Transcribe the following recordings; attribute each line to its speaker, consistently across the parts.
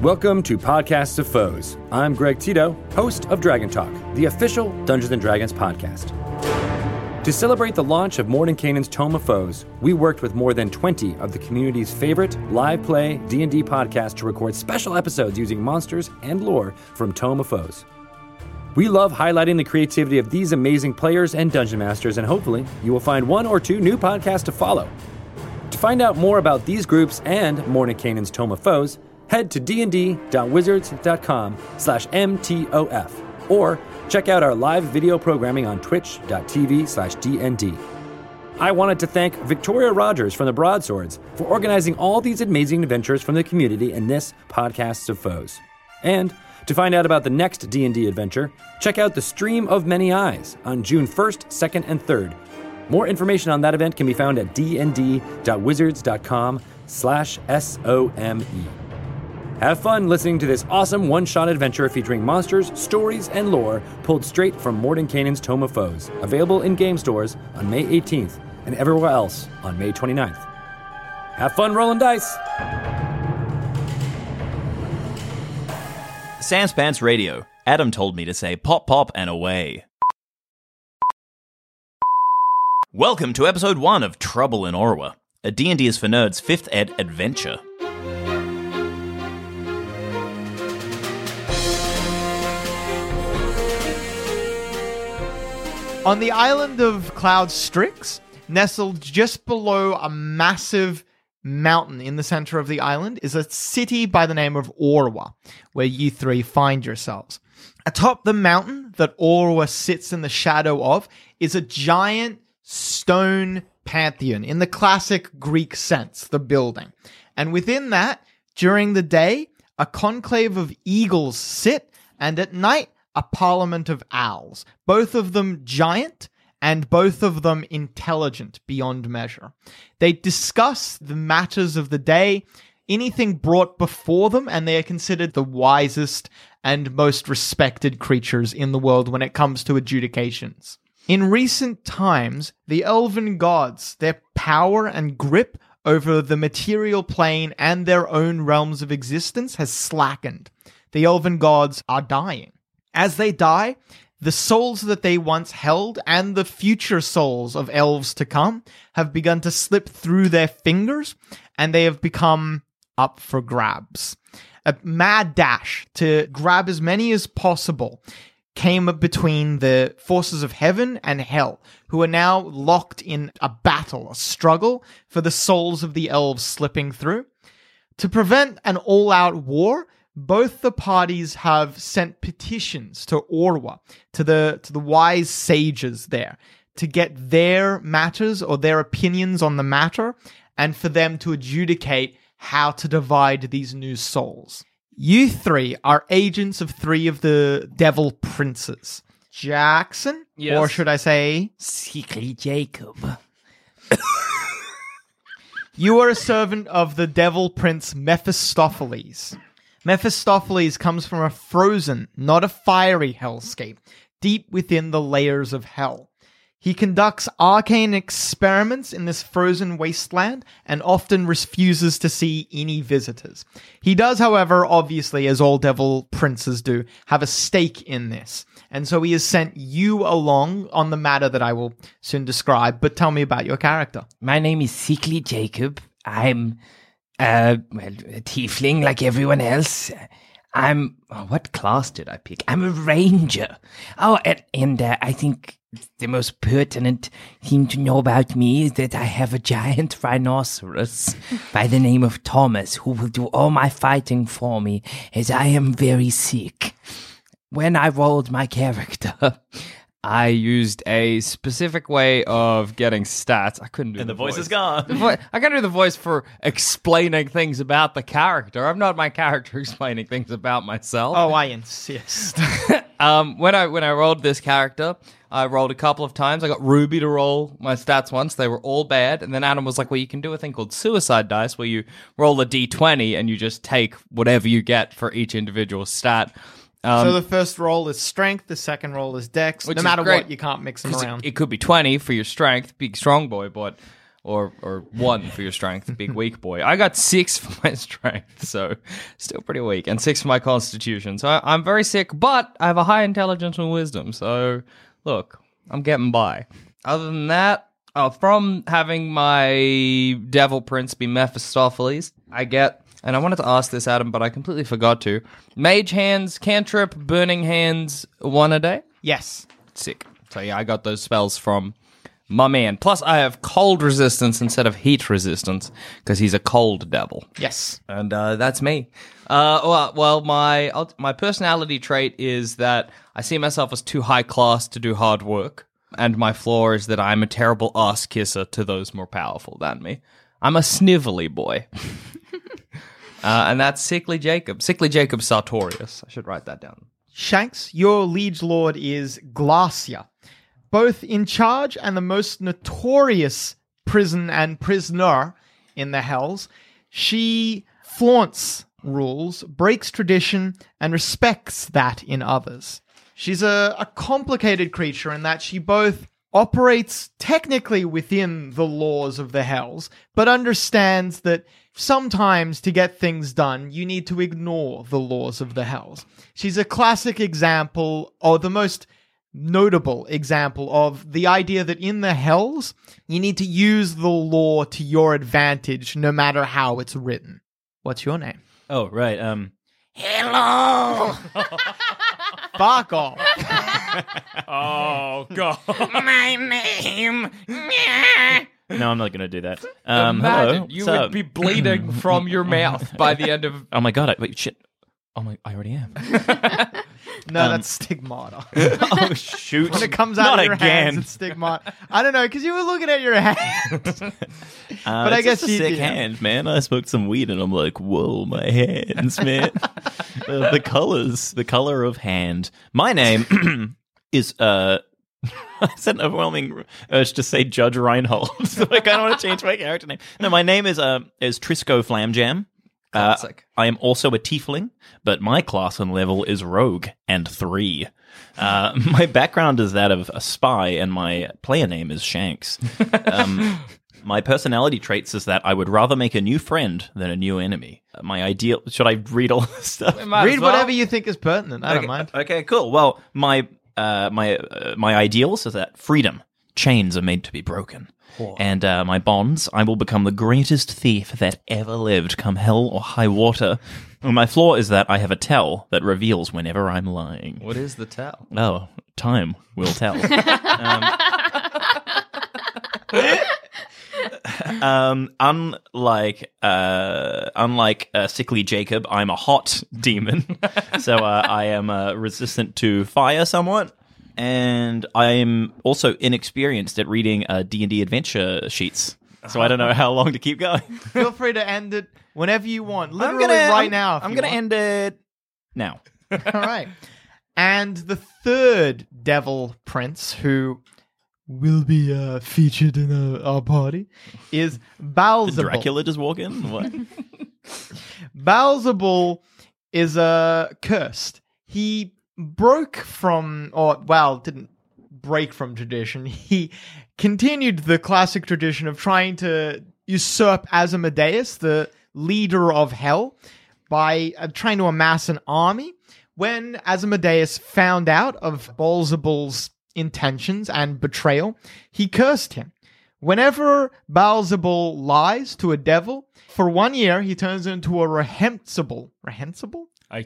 Speaker 1: Welcome to Podcasts of Foes. I'm Greg Tito, host of Dragon Talk, the official Dungeons and Dragons podcast. To celebrate the launch of Mordenkainen's Tome of Foes, we worked with more than 20 of the community's favorite live play D&D podcasts to record special episodes using monsters and lore from Tome of Foes. We love highlighting the creativity of these amazing players and dungeon masters and hopefully you will find one or two new podcasts to follow. To find out more about these groups and Mordenkainen's Tome of Foes, head to dnd.wizards.com slash mtof or check out our live video programming on twitch.tv slash dnd. I wanted to thank Victoria Rogers from the Broadswords for organizing all these amazing adventures from the community in this Podcasts of Foes. And to find out about the next D&D adventure, check out The Stream of Many Eyes on June 1st, 2nd, and 3rd. More information on that event can be found at dnd.wizards.com slash S-O-M-E. Have fun listening to this awesome one-shot adventure featuring monsters, stories, and lore pulled straight from Mordenkainen's Tome of Foes, available in game stores on May 18th and everywhere else on May 29th. Have fun rolling dice!
Speaker 2: Sans Pants Radio. Adam told me to say pop, pop, and away. Welcome to episode one of Trouble in Orwa, a D&D is for Nerds fifth ed adventure.
Speaker 3: On the island of Cloud Strix, nestled just below a massive mountain in the center of the island, is a city by the name of Orwa, where you three find yourselves. Atop the mountain that Orwa sits in the shadow of is a giant stone pantheon in the classic Greek sense, the building. And within that, during the day, a conclave of eagles sit, and at night, a parliament of owls, both of them giant and both of them intelligent beyond measure. They discuss the matters of the day, anything brought before them, and they are considered the wisest and most respected creatures in the world when it comes to adjudications. In recent times, the elven gods, their power and grip over the material plane and their own realms of existence has slackened. The elven gods are dying. As they die, the souls that they once held and the future souls of elves to come have begun to slip through their fingers and they have become up for grabs. A mad dash to grab as many as possible came between the forces of heaven and hell, who are now locked in a battle, a struggle for the souls of the elves slipping through. To prevent an all out war, both the parties have sent petitions to Orwa, to the to the wise sages there, to get their matters or their opinions on the matter, and for them to adjudicate how to divide these new souls. You three are agents of three of the devil princes. Jackson,
Speaker 4: Yes.
Speaker 3: or should I say
Speaker 2: Secretly Jacob.
Speaker 3: You are a servant of the devil prince Mephistopheles. Mephistopheles comes from a frozen, not a fiery hellscape, deep within the layers of hell. He conducts arcane experiments in this frozen wasteland and often refuses to see any visitors. He does, however, obviously, as all devil princes do, have a stake in this. And so he has sent you along on the matter that I will soon describe, but tell me about your character.
Speaker 4: My name is Sickly Jacob. I'm uh, well, a tiefling like everyone else. I'm oh, what class did I pick? I'm a ranger. Oh, and, and uh, I think the most pertinent thing to know about me is that I have a giant rhinoceros by the name of Thomas, who will do all my fighting for me, as I am very sick when I rolled my character,
Speaker 5: I used a specific way of getting stats. I couldn't do
Speaker 2: And the voice is
Speaker 5: The
Speaker 2: gone.
Speaker 5: voi- I can't do the voice for explaining things about the character. I'm not my character explaining things about myself.
Speaker 3: Oh, I insist.
Speaker 5: Um, when I when I rolled this character, I rolled a couple of times. I got Ruby to roll my stats once. They were all bad, and then Adam was like, "Well, you can do a thing called suicide dice, where you roll a d20 and you just take whatever you get for each individual stat." Um,
Speaker 3: so the first roll is strength, the second roll is dex.
Speaker 5: Which
Speaker 3: no
Speaker 5: is
Speaker 3: matter
Speaker 5: great,
Speaker 3: what, you can't mix them
Speaker 5: 'cause it-
Speaker 3: around.
Speaker 5: It, could be 20 for your strength, big strong boy, but or or one for your strength, big weak boy. I got six for my strength, so still pretty weak, and six for my constitution. So I, I'm very sick, but I have a high intelligence and wisdom. So look, I'm getting by. Other than that, uh, from having my devil prince be Mephistopheles, I get. And I wanted to ask this, Adam, but I completely forgot to. Mage hands, cantrip, burning hands, one a day.
Speaker 3: Yes.
Speaker 5: Sick. So yeah, I got those spells from my man. Plus, I have cold resistance instead of heat resistance because he's a cold devil,
Speaker 3: Yes.
Speaker 5: and uh, that's me. Uh, well, well, my ult- my personality trait is that I see myself as too high class to do hard work, and my flaw is that I'm a terrible ass kisser to those more powerful than me. I'm a snivelly boy. Uh, and that's Sickly Jacob. Sickly Jacob Sartorius. I should write that down.
Speaker 3: Shanks, your liege lord is Glacia, both in charge and the most notorious prison and prisoner in the hells. She flaunts rules, breaks tradition, and respects that in others. She's a, a complicated creature in that she both operates technically within the laws of the hells, but understands that sometimes to get things done, you need to ignore the laws of the hells. She's a classic example, or the most notable example of the idea that in the hells, you need to use the law to your advantage no matter how it's written. What's your name?
Speaker 2: Oh, right. Um,
Speaker 3: Fuck off.
Speaker 2: oh, God.
Speaker 4: My name.
Speaker 2: no, I'm not going to do that. Um,
Speaker 5: Imagine
Speaker 2: hello.
Speaker 5: you
Speaker 2: What's
Speaker 5: would
Speaker 2: up?
Speaker 5: be bleeding from your mouth by the end of
Speaker 2: Oh, my God. I, wait, shit. Oh, my. I already am.
Speaker 3: No, that's stigmata.
Speaker 2: oh, shoot.
Speaker 3: When it comes out
Speaker 2: Um, Not
Speaker 3: of your
Speaker 2: again.
Speaker 3: hands, it's stigmata. I don't know, because you were looking at your hand.
Speaker 2: Uh,
Speaker 3: But I
Speaker 2: it's just
Speaker 3: guess
Speaker 2: a
Speaker 3: you-
Speaker 2: sick
Speaker 3: yeah.
Speaker 2: hand, man. I smoked some weed and I'm like, whoa, my hands, man. the, the colors, the color of hand. My name is uh. It's an overwhelming urge to say Judge Reinhold. so I kind of want to change my character name. No, my name is uh, is Trisco Flamjam. Uh,
Speaker 5: Classic.
Speaker 2: I am also a tiefling, but my class and level is rogue and three. Uh, my background is that of a spy, and my player name is Shanks. Um, my personality traits is that I would rather make a new friend than a new enemy. Uh, My ideal. Should I read all this stuff?
Speaker 5: Might as
Speaker 3: Read
Speaker 5: well.
Speaker 3: whatever you think is pertinent. I don't mind.
Speaker 2: Okay, cool. Well, my uh, my uh, my ideals is that freedom chains are made to be broken, and uh, my bonds I will become the greatest thief that ever lived, come hell or high water. And my flaw is that I have a tell that reveals whenever I'm lying.
Speaker 5: What is the tell?
Speaker 2: Oh, time will tell. um, um, unlike uh, unlike uh, sickly Jacob, I'm a hot demon, so uh, I am uh, resistant to fire somewhat, and I'm also inexperienced at reading uh, D and D adventure sheets. So I don't know how long to keep going.
Speaker 3: Feel free to end it whenever you want.
Speaker 2: I'm
Speaker 3: Literally
Speaker 2: gonna
Speaker 3: right
Speaker 2: I'm-
Speaker 3: now. if
Speaker 2: I'm
Speaker 3: you
Speaker 2: gonna
Speaker 3: want.
Speaker 2: end it now.
Speaker 3: All right. And the third devil prince who will be uh, featured in uh, our party is
Speaker 2: Did
Speaker 3: Baalzebul.
Speaker 2: Dracula just walk in? What?
Speaker 3: Baalzebul is uh, cursed. He broke from, or, well, didn't break from tradition. He continued the classic tradition of trying to usurp Asmodeus, the leader of hell, by uh, trying to amass an army. When Asmodeus found out of Baalzebul's intentions and betrayal, he cursed him. Whenever Baalzebul lies to a devil, for one year he turns into a reprehensible, reprehensible,
Speaker 5: I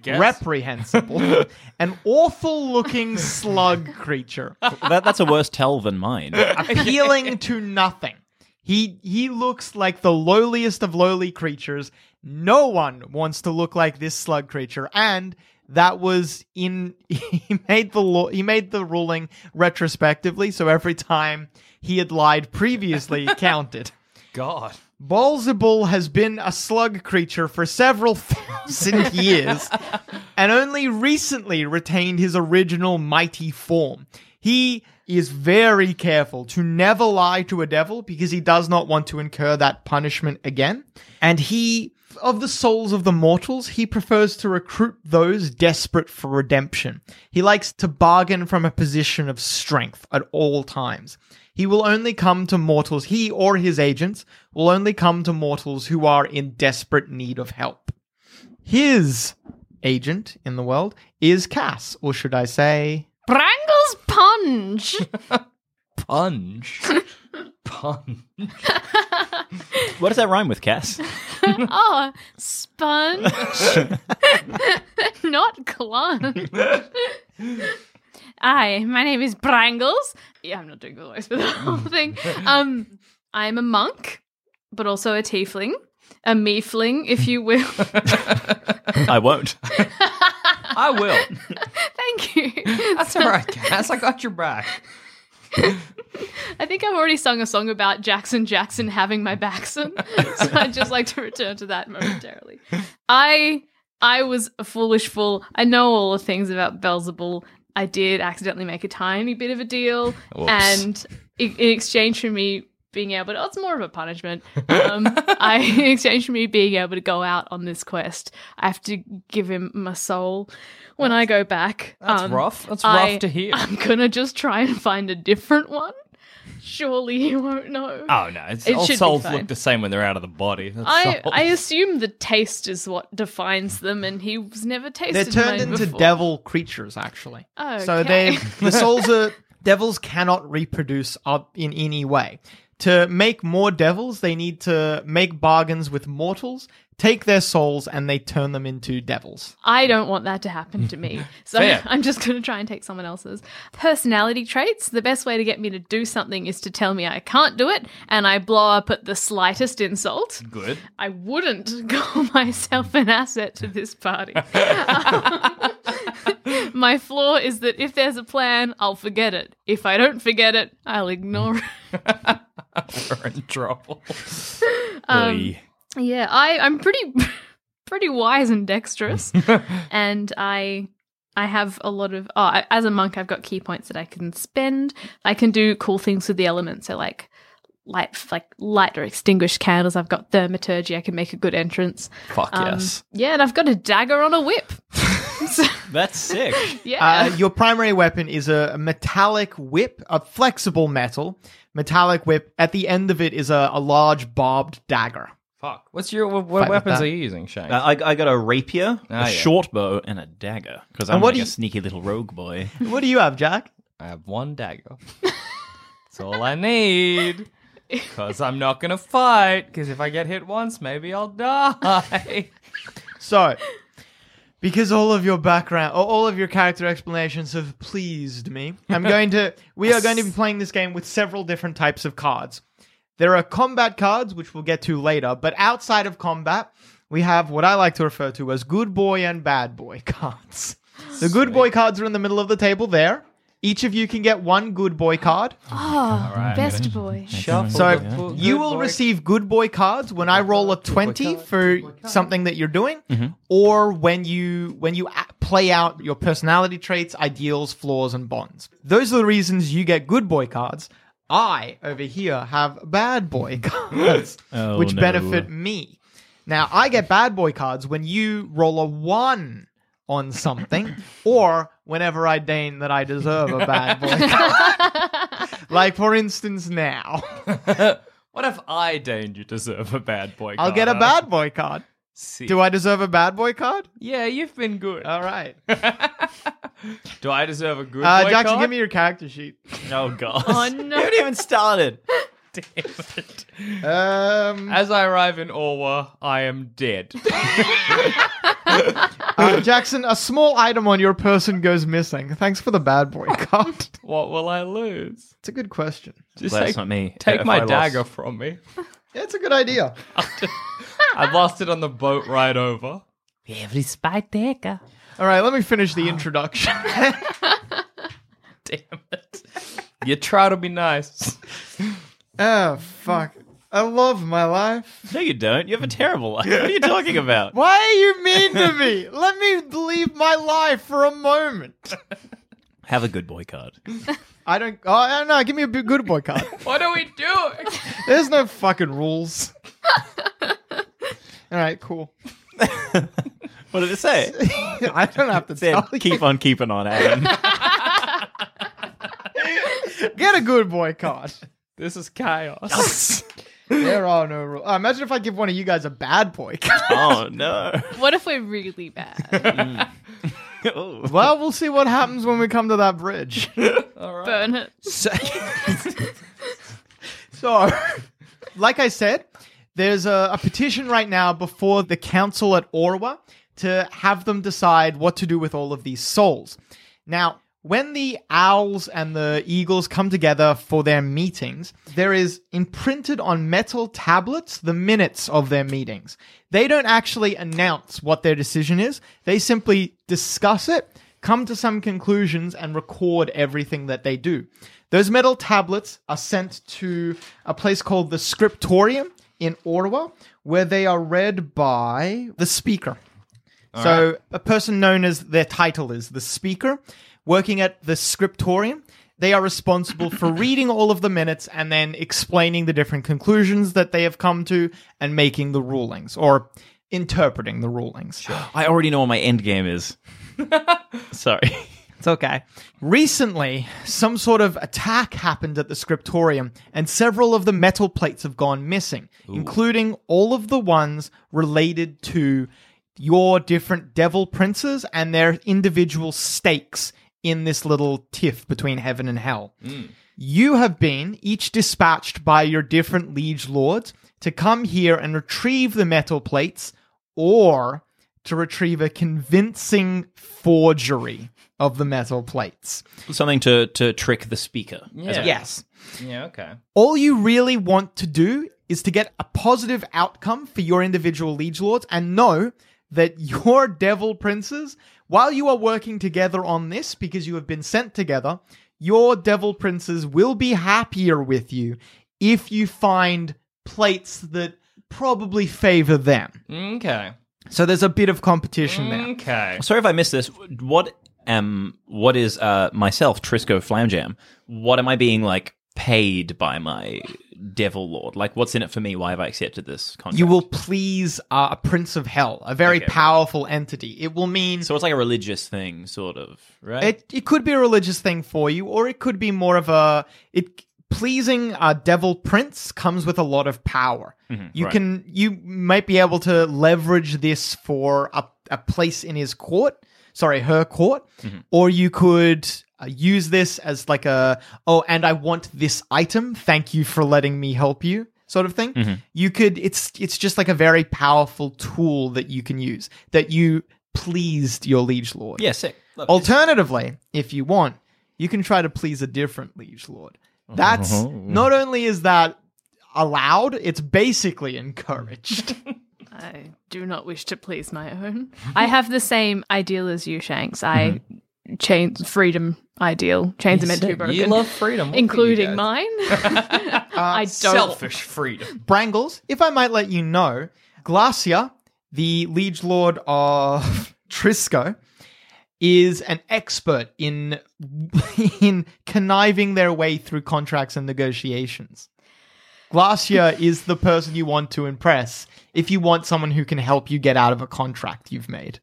Speaker 3: reprehensible, an awful-looking slug creature,
Speaker 2: that, that's a worse tell than mine.
Speaker 3: appealing to nothing. He he looks like the lowliest of lowly creatures. No one wants to look like this slug creature, and that was in he made the law he made the ruling retrospectively. So every time he had lied previously it counted.
Speaker 5: God.
Speaker 3: Balzabul has been a slug creature for several thousand years and only recently retained his original mighty form. He is very careful to never lie to a devil because he does not want to incur that punishment again. And he, of the souls of the mortals, he prefers to recruit those desperate for redemption. He likes to bargain from a position of strength at all times. He will only come to mortals, he or his agents will only come to mortals who are in desperate need of help. His agent in the world is Cass, or should I say,
Speaker 6: Brangle's punch.
Speaker 5: Punch. Punch.
Speaker 2: What does that rhyme with, Cass?
Speaker 6: oh, sponge. Not clunge. Hi, my name is Brangles. Yeah, I'm not doing the voice for the whole thing. Um, I'm a monk, but also a tiefling. A meefling, if you will.
Speaker 2: I won't.
Speaker 5: I will.
Speaker 6: Thank you.
Speaker 5: That's all right, Cass. I got your back.
Speaker 6: I think I've already sung a song about Jackson Jackson having my backson, so I'd just like to return to that momentarily. I I was a foolish fool. I know all the things about Beelzebul. I did accidentally make a tiny bit of a deal,
Speaker 2: Whoops.
Speaker 6: and i- in exchange for me being able to, oh, it's more of a punishment. Um, I, in exchange for me being able to go out on this quest, I have to give him my soul when I go back.
Speaker 5: That's
Speaker 6: Um,
Speaker 5: rough. That's rough
Speaker 6: I-
Speaker 5: to hear.
Speaker 6: I'm gonna just try and find a different one. Surely you won't know.
Speaker 5: Oh no, it's,
Speaker 6: It
Speaker 5: all
Speaker 6: should be
Speaker 5: souls
Speaker 6: fine. Uh-uh.
Speaker 5: look the same when they're out of the body. That's
Speaker 6: I,
Speaker 5: souls.
Speaker 6: I assume the taste is what defines them, and he was never
Speaker 3: They're
Speaker 6: tasted.
Speaker 3: turned
Speaker 6: mine
Speaker 3: into
Speaker 6: before.
Speaker 3: devil creatures, actually. So they
Speaker 6: Okay.
Speaker 3: the souls are devils cannot reproduce up in any way. To make more devils, they need to make bargains with mortals, take their souls, and they turn them into devils.
Speaker 6: I don't want that to happen to me. So
Speaker 5: Fair.
Speaker 6: I'm just going to try and take someone else's. Personality traits. The best way to get me to do something is to tell me I can't do it and I blow up at the slightest insult.
Speaker 5: good.
Speaker 6: I wouldn't call myself an asset to this party. My flaw is that if there's a plan, I'll forget it. If I don't forget it, I'll ignore it.
Speaker 5: We're in trouble.
Speaker 2: Oy.
Speaker 6: Yeah, I, I'm pretty pretty wise and dexterous, and I I have a lot of. Oh, I, as a monk, I've got key points that I can spend. I can do cool things with the elements, so like light like light or extinguish candles. I've got thermaturgy. I can make a good entrance.
Speaker 2: Fuck
Speaker 6: Um,
Speaker 2: yes.
Speaker 6: Yeah, and I've got a dagger on a whip. So,
Speaker 2: That's sick.
Speaker 6: yeah.
Speaker 3: Uh, your primary weapon is a a metallic whip, a flexible metal metallic whip. At the end of it is a, a large barbed dagger.
Speaker 5: Fuck. What's your what,
Speaker 3: Fight with
Speaker 5: what weapons
Speaker 3: that.
Speaker 5: are you using, Shane?
Speaker 2: Uh, I, I- I got a rapier, a
Speaker 5: Ah, yeah.
Speaker 2: short bow, and a dagger because I'm
Speaker 3: what
Speaker 2: like
Speaker 3: do
Speaker 2: a
Speaker 3: you-
Speaker 2: sneaky little rogue boy.
Speaker 3: What do you have, Jack?
Speaker 5: I have one dagger. That's all I need. Because I'm not going to fight. Because if I get hit once, maybe I'll die.
Speaker 3: So, because all of your background, or all of your character explanations have pleased me, I'm going to. We are going to be playing this game with several different types of cards. There are combat cards, which we'll get to later, but outside of combat, we have what I like to refer to as good boy and bad boy cards. The good boy cards are in the middle of the table there. Each of you can get one good boy card.
Speaker 6: oh, best boy.
Speaker 5: Shuffle
Speaker 3: So
Speaker 5: the pool-
Speaker 3: you
Speaker 5: good
Speaker 3: will
Speaker 5: boy.
Speaker 3: receive good boy cards when I roll a twenty for something that you're doing, or when you when you a- play out your personality traits, ideals, flaws, and bonds. Those are the reasons you get good boy cards. I over here have bad boy cards,
Speaker 2: Oh,
Speaker 3: which
Speaker 2: no.
Speaker 3: benefit me. Now I get bad boy cards when you roll a one on something, or whenever I deign that I deserve a bad boy card. like for instance now.
Speaker 5: What if I deigned you deserve a bad boy
Speaker 3: I'll get a bad boy card. Do I Uh, deserve a bad boy card?
Speaker 5: Yeah, you've been good.
Speaker 3: All right.
Speaker 5: Do I deserve a good
Speaker 3: Uh,
Speaker 5: boy
Speaker 3: Jackson,
Speaker 5: card?
Speaker 3: give me your character sheet.
Speaker 2: Oh god.
Speaker 6: Oh, no.
Speaker 2: We haven't even started.
Speaker 3: Um,
Speaker 5: As I arrive in Orwa, I am dead.
Speaker 3: uh, Jackson, a small item on your person goes missing. Thanks for the bad boy card.
Speaker 5: what will I lose?
Speaker 3: It's a good question.
Speaker 5: Just
Speaker 2: Well,
Speaker 5: take,
Speaker 2: that's not me.
Speaker 5: take
Speaker 2: If
Speaker 5: my
Speaker 2: I lost-
Speaker 5: dagger from me.
Speaker 3: Yeah, it's a good idea.
Speaker 5: I lost it on the boat ride over.
Speaker 4: Every spy dagger.
Speaker 3: All right, let me finish the introduction.
Speaker 5: Damn it. You try to be nice.
Speaker 3: oh, fuck. I love my life.
Speaker 2: No, you don't. You have a terrible life. What are you talking about?
Speaker 3: Why are you mean to me? Let me leave my life for a moment.
Speaker 2: Have a good boy card.
Speaker 3: I don't. Oh, I don't know. Give me a b- good boy card.
Speaker 5: What are we doing?
Speaker 3: There's no fucking rules. All right, cool.
Speaker 2: What did it say?
Speaker 3: I don't have to
Speaker 2: Said,
Speaker 3: tell you.
Speaker 2: keep on keeping on, Adam.
Speaker 3: Get a good boy card.
Speaker 5: This is chaos.
Speaker 3: There are no rules. Uh, imagine if I give one of you guys a bad boy card.
Speaker 2: oh no.
Speaker 6: What if we're really bad?
Speaker 2: Oh.
Speaker 3: Well, we'll see what happens when we come to that bridge.
Speaker 6: Burn it.
Speaker 3: So, like I said, there's a, a petition right now before the council at Orwa to have them decide what to do with all of these souls. Now, when the owls and the eagles come together for their meetings, there is imprinted on metal tablets the minutes of their meetings. They don't actually announce what their decision is, they simply discuss it come to some conclusions and record everything that they do. Those metal tablets are sent to a place called the Scriptorium in Ottawa, where they are read by the speaker. so, a person known as their title is the speaker, working at the Scriptorium. They are responsible for reading all of the minutes and then explaining the different conclusions that they have come to and making the rulings or interpreting the rulings.
Speaker 2: I already know what my end game is. Sorry.
Speaker 3: It's okay. Recently, some sort of attack happened at the scriptorium, and several of the metal plates have gone missing, including all of the ones related to your different devil princes and their individual stakes in this little tiff between heaven and hell. You have been each dispatched by your different liege lords to come here and retrieve the metal plates or to retrieve a convincing forgery of the metal plates.
Speaker 2: Something to to trick the speaker.
Speaker 5: yeah.
Speaker 3: Yes.
Speaker 5: Yeah, okay.
Speaker 3: All you really want to do is to get a positive outcome for your individual liege lords and know that your devil princes, while you are working together on this because you have been sent together, your devil princes will be happier with you if you find plates that probably favor them.
Speaker 5: Okay.
Speaker 3: So there's a bit of competition there.
Speaker 4: Mm.
Speaker 5: Okay.
Speaker 2: Sorry if I missed this. What um what is uh myself, Trisco Flamjam? What am I being like paid by my devil lord? Like what's in it for me? Why have I accepted this contract?
Speaker 3: You will please uh, a prince of hell, a very
Speaker 2: Okay.
Speaker 3: powerful entity. It will mean
Speaker 2: So it's like a religious thing, sort of, right?
Speaker 3: It it could be a religious thing for you, or it could be more of a it pleasing a devil prince comes with a lot of power. you
Speaker 2: Mm-hmm, right.
Speaker 3: can you might be able to leverage this for a, a place in his court, sorry, her court,
Speaker 2: Mm-hmm.
Speaker 3: or you could uh, use this as like a oh, and I want this item. Thank you for letting me help you. Sort of thing.
Speaker 2: Mm-hmm.
Speaker 3: You could. It's it's just like a very powerful tool that you can use that you pleased your liege lord.
Speaker 2: yeah, sick. Love it.
Speaker 3: Alternatively, if you want, you can try to please a different liege lord. That's not only is that allowed, it's basically encouraged.
Speaker 6: I do not wish to please my own. I have the same ideal as you, Shanks. I chains freedom ideal. Chains are meant to be broken.
Speaker 5: Mm-hmm. You love freedom, Look at you
Speaker 6: including
Speaker 5: guys.
Speaker 6: mine. I don't.
Speaker 5: Uh, Selfish freedom.
Speaker 3: Brangles, if I might let you know, Glacia, the liege lord of Trisco, is an expert in in conniving their way through contracts and negotiations. Glacia is the person you want to impress if you want someone who can help you get out of a contract you've made.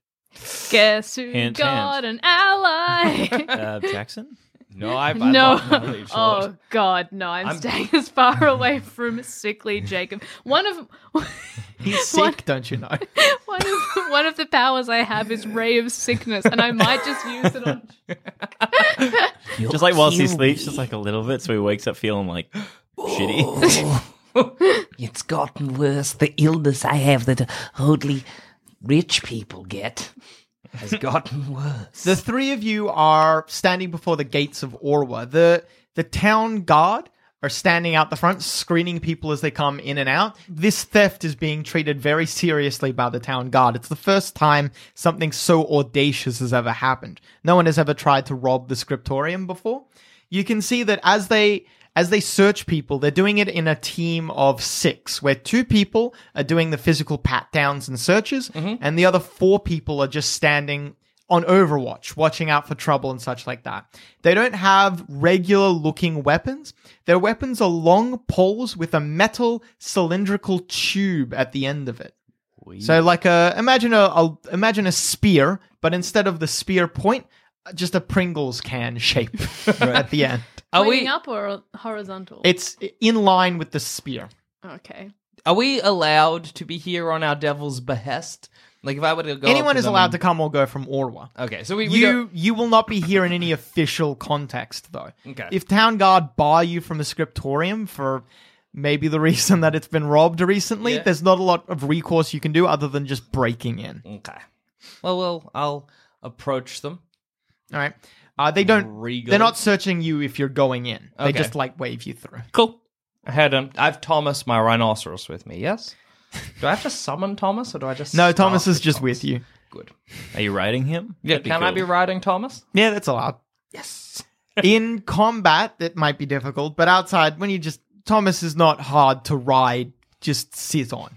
Speaker 6: Guess who
Speaker 2: Hint,
Speaker 6: got an ally?
Speaker 2: Uh, Jackson?
Speaker 5: No, I, I
Speaker 6: no.
Speaker 5: love my leech lord.
Speaker 6: Oh God, no! I'm, staying as far away from sickly Jacob. One of
Speaker 3: He's sick,
Speaker 6: What?
Speaker 3: don't you know?
Speaker 6: one of one of the powers I have is ray of sickness, and I might just use it on.
Speaker 2: just like whilst he sleeps, just like a little bit, so he wakes up feeling like
Speaker 3: Oh.
Speaker 2: shitty.
Speaker 4: It's gotten worse. The illness I have that only rich people get has gotten worse.
Speaker 3: The three of you are standing before the gates of Orwa. The the town guard are standing out the front, screening people as they come in and out. This theft is being treated very seriously by the town guard. It's the first time something so audacious has ever happened. No one has ever tried to rob the scriptorium before. You can see that as they as they search people, they're doing it in a team of six, where two people are doing the physical pat downs and searches, and the other four people are just standing on Overwatch, watching out for trouble and such like that. They don't have regular looking weapons. Their weapons are long poles with a metal cylindrical tube at the end of it. uh, So like a imagine a, a imagine a spear, but instead of the spear point, just a Pringles can shape at the end.
Speaker 5: Are
Speaker 6: Pointing
Speaker 5: we
Speaker 6: up or horizontal?
Speaker 3: It's in line with the spear.
Speaker 6: okay.
Speaker 5: are we allowed to be here on our devil's behest? Like if I were to go,
Speaker 3: Anyone is allowed to come or go from Orwa.
Speaker 5: to. Okay, so we, we
Speaker 3: You
Speaker 5: don't-
Speaker 3: you will not be here in any official context though.
Speaker 5: Okay.
Speaker 3: If town guard bar you from the scriptorium for maybe the reason that it's been robbed recently,
Speaker 5: Yeah.
Speaker 3: there's not a lot of recourse you can do other than just breaking in. All
Speaker 5: okay. Well, well, I'll approach them.
Speaker 3: right. Uh, they don't.
Speaker 5: Regal.
Speaker 3: They're not searching you if you're going in. They
Speaker 5: Okay.
Speaker 3: just like wave you through.
Speaker 5: Cool. I had um, I have Thomas, my rhinoceros, with me. Yes. Do I have to summon Thomas, or do I just
Speaker 3: No,
Speaker 5: start
Speaker 3: Thomas is
Speaker 5: with
Speaker 3: just
Speaker 5: Thomas?
Speaker 3: with you.
Speaker 5: Good.
Speaker 2: Are you riding him? Uh,
Speaker 5: Yeah.
Speaker 2: That'd
Speaker 5: Can I
Speaker 2: cool.
Speaker 5: be riding Thomas?
Speaker 3: Yeah, that's allowed. Yes. in combat, that might be difficult, but outside, when you just Thomas is not hard to ride. Just sit on.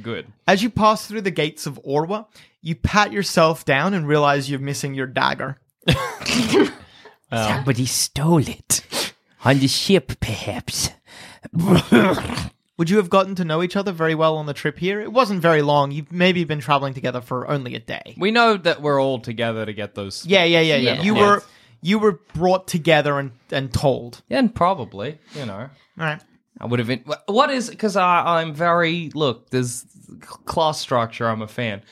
Speaker 5: Good.
Speaker 3: As you pass through the gates of Orwa, you pat yourself down and realize you're missing your dagger.
Speaker 4: Somebody stole it. On the ship, perhaps.
Speaker 3: Would you have gotten to know each other very well on the trip here? It wasn't very long. You've maybe been traveling together for only a day.
Speaker 5: We know that we're all together to get those.
Speaker 3: Yeah, yeah, yeah, yeah.
Speaker 6: Yeah.
Speaker 3: You
Speaker 5: Yeah.
Speaker 3: were you were brought together and, and told.
Speaker 5: Yeah, and probably, you know.
Speaker 3: All right.
Speaker 5: I would have been. wh- What is because I I'm very look. There's c- class structure. I'm a fan.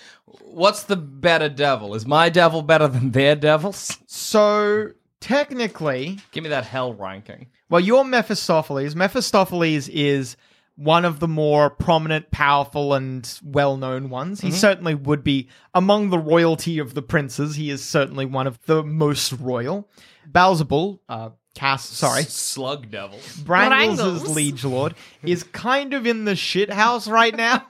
Speaker 5: What's the better devil? Is my devil better than their devils?
Speaker 3: So technically,
Speaker 5: Give me that hell ranking.
Speaker 3: well, you're Mephistopheles. Mephistopheles is one of the more prominent, powerful, and well known ones. He certainly would be among the royalty of the princes. He is certainly one of the most royal. Balzebul, uh, Cass, sorry.
Speaker 5: S- slug devils.
Speaker 3: Brangles'
Speaker 6: Brangles.
Speaker 3: liege lord is kind of in the shit house right now.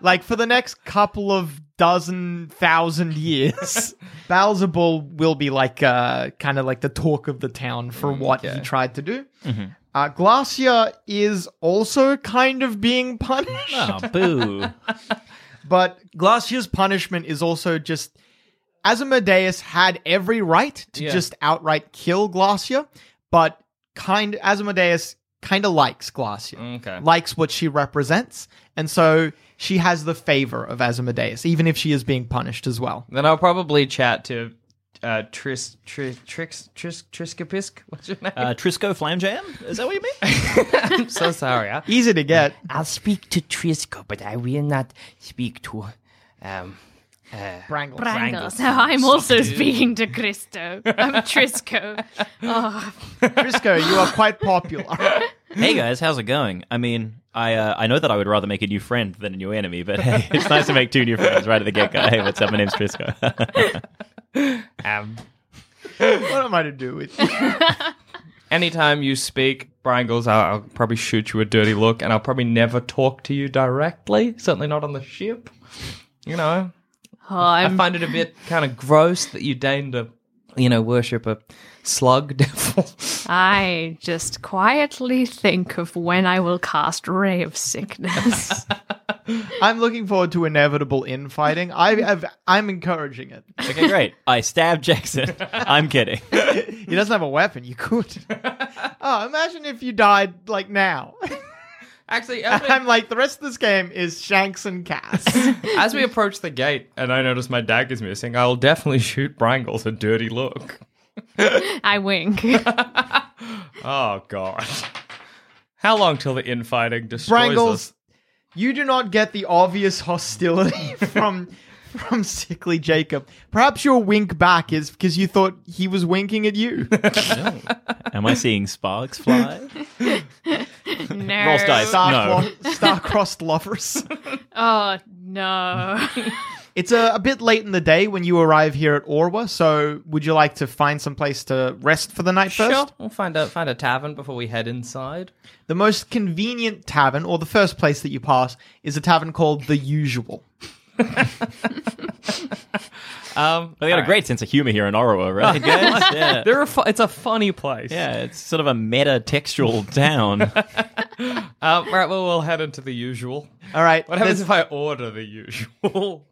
Speaker 3: like for the next couple of dozen thousand years, Balzebul will be like uh, kind of like the talk of the town for what he tried to do. Uh, Glacia is also kind of being punished,
Speaker 2: Oh, boo.
Speaker 3: but Glacia's punishment is also just. Asmodeus had every right to
Speaker 5: Yeah.
Speaker 3: just outright kill Glacia, but kind Asmodeus kind of likes Glacia
Speaker 5: Okay.
Speaker 3: likes what she represents, and so she has the favor of Asmodeus, even if she is being punished as well.
Speaker 5: Then I'll probably chat to uh, Tris Tris Trix Tris Triskapisk. What's your name?
Speaker 2: Uh, Trisco Flam Jam? Is that what you mean?
Speaker 5: I'm so sorry. I,
Speaker 3: Easy to get.
Speaker 4: I'll speak to Trisco, but I will not speak to. Um,
Speaker 3: Brangles.
Speaker 6: Brangle. So I'm also speaking to Christo. I'm Trisco. Oh,
Speaker 3: Trisco, you are quite popular.
Speaker 2: hey guys, how's it going? I mean, I uh, I know that I would rather make a new friend than a new enemy, but hey, it's nice to make two new friends right at the get go. Hey, what's up? My name's Trisco.
Speaker 5: um,
Speaker 3: what am I to do with you?
Speaker 5: anytime you speak, Brangles, I'll, I'll probably shoot you a dirty look, and I'll probably never talk to you directly. Certainly not on the ship. You know,
Speaker 6: oh
Speaker 5: I
Speaker 6: I'm
Speaker 5: find it a bit kind of gross that you deign to, you know, worship a slug devil.
Speaker 6: I just quietly think of when I will cast Ray of Sickness.
Speaker 3: I'm looking forward to inevitable infighting. I have, I'm encouraging it.
Speaker 2: okay, great. I stabbed Jackson. I'm kidding.
Speaker 3: He doesn't have a weapon. You could. Oh, imagine if you died like now.
Speaker 5: Actually, as we,
Speaker 3: I'm like the rest of this game is Shanks and Cass.
Speaker 5: as we approach the gate and I notice my dagger's missing, I'll definitely shoot Brangles a dirty look.
Speaker 6: I wink.
Speaker 5: Oh god. How long till the infighting destroys
Speaker 3: Brangles,
Speaker 5: us?
Speaker 3: you do not get the obvious hostility from from sickly Jacob. Perhaps your wink back is because you thought he was winking at you.
Speaker 2: Am I seeing sparks fly?
Speaker 6: No.
Speaker 2: Rolls dice.
Speaker 3: Star
Speaker 2: No.
Speaker 3: star-crossed lovers.
Speaker 6: Oh no.
Speaker 3: It's a, a bit late in the day when you arrive here at Orwa, so would you like to find some place to rest for the night first?
Speaker 5: Sure. We'll find a find a tavern before we head inside.
Speaker 3: The most convenient tavern, or the first place that you pass, is a tavern called The Usual.
Speaker 5: Um
Speaker 2: They got a great sense of humor here in Orowa, right? guys? yeah.
Speaker 5: they're a fu- it's a funny place.
Speaker 2: Oh, yeah, it's sort of a meta textual town.
Speaker 5: Um, right, well, we'll head into the usual.
Speaker 3: All right.
Speaker 5: What happens
Speaker 3: there's-
Speaker 5: if I order the usual?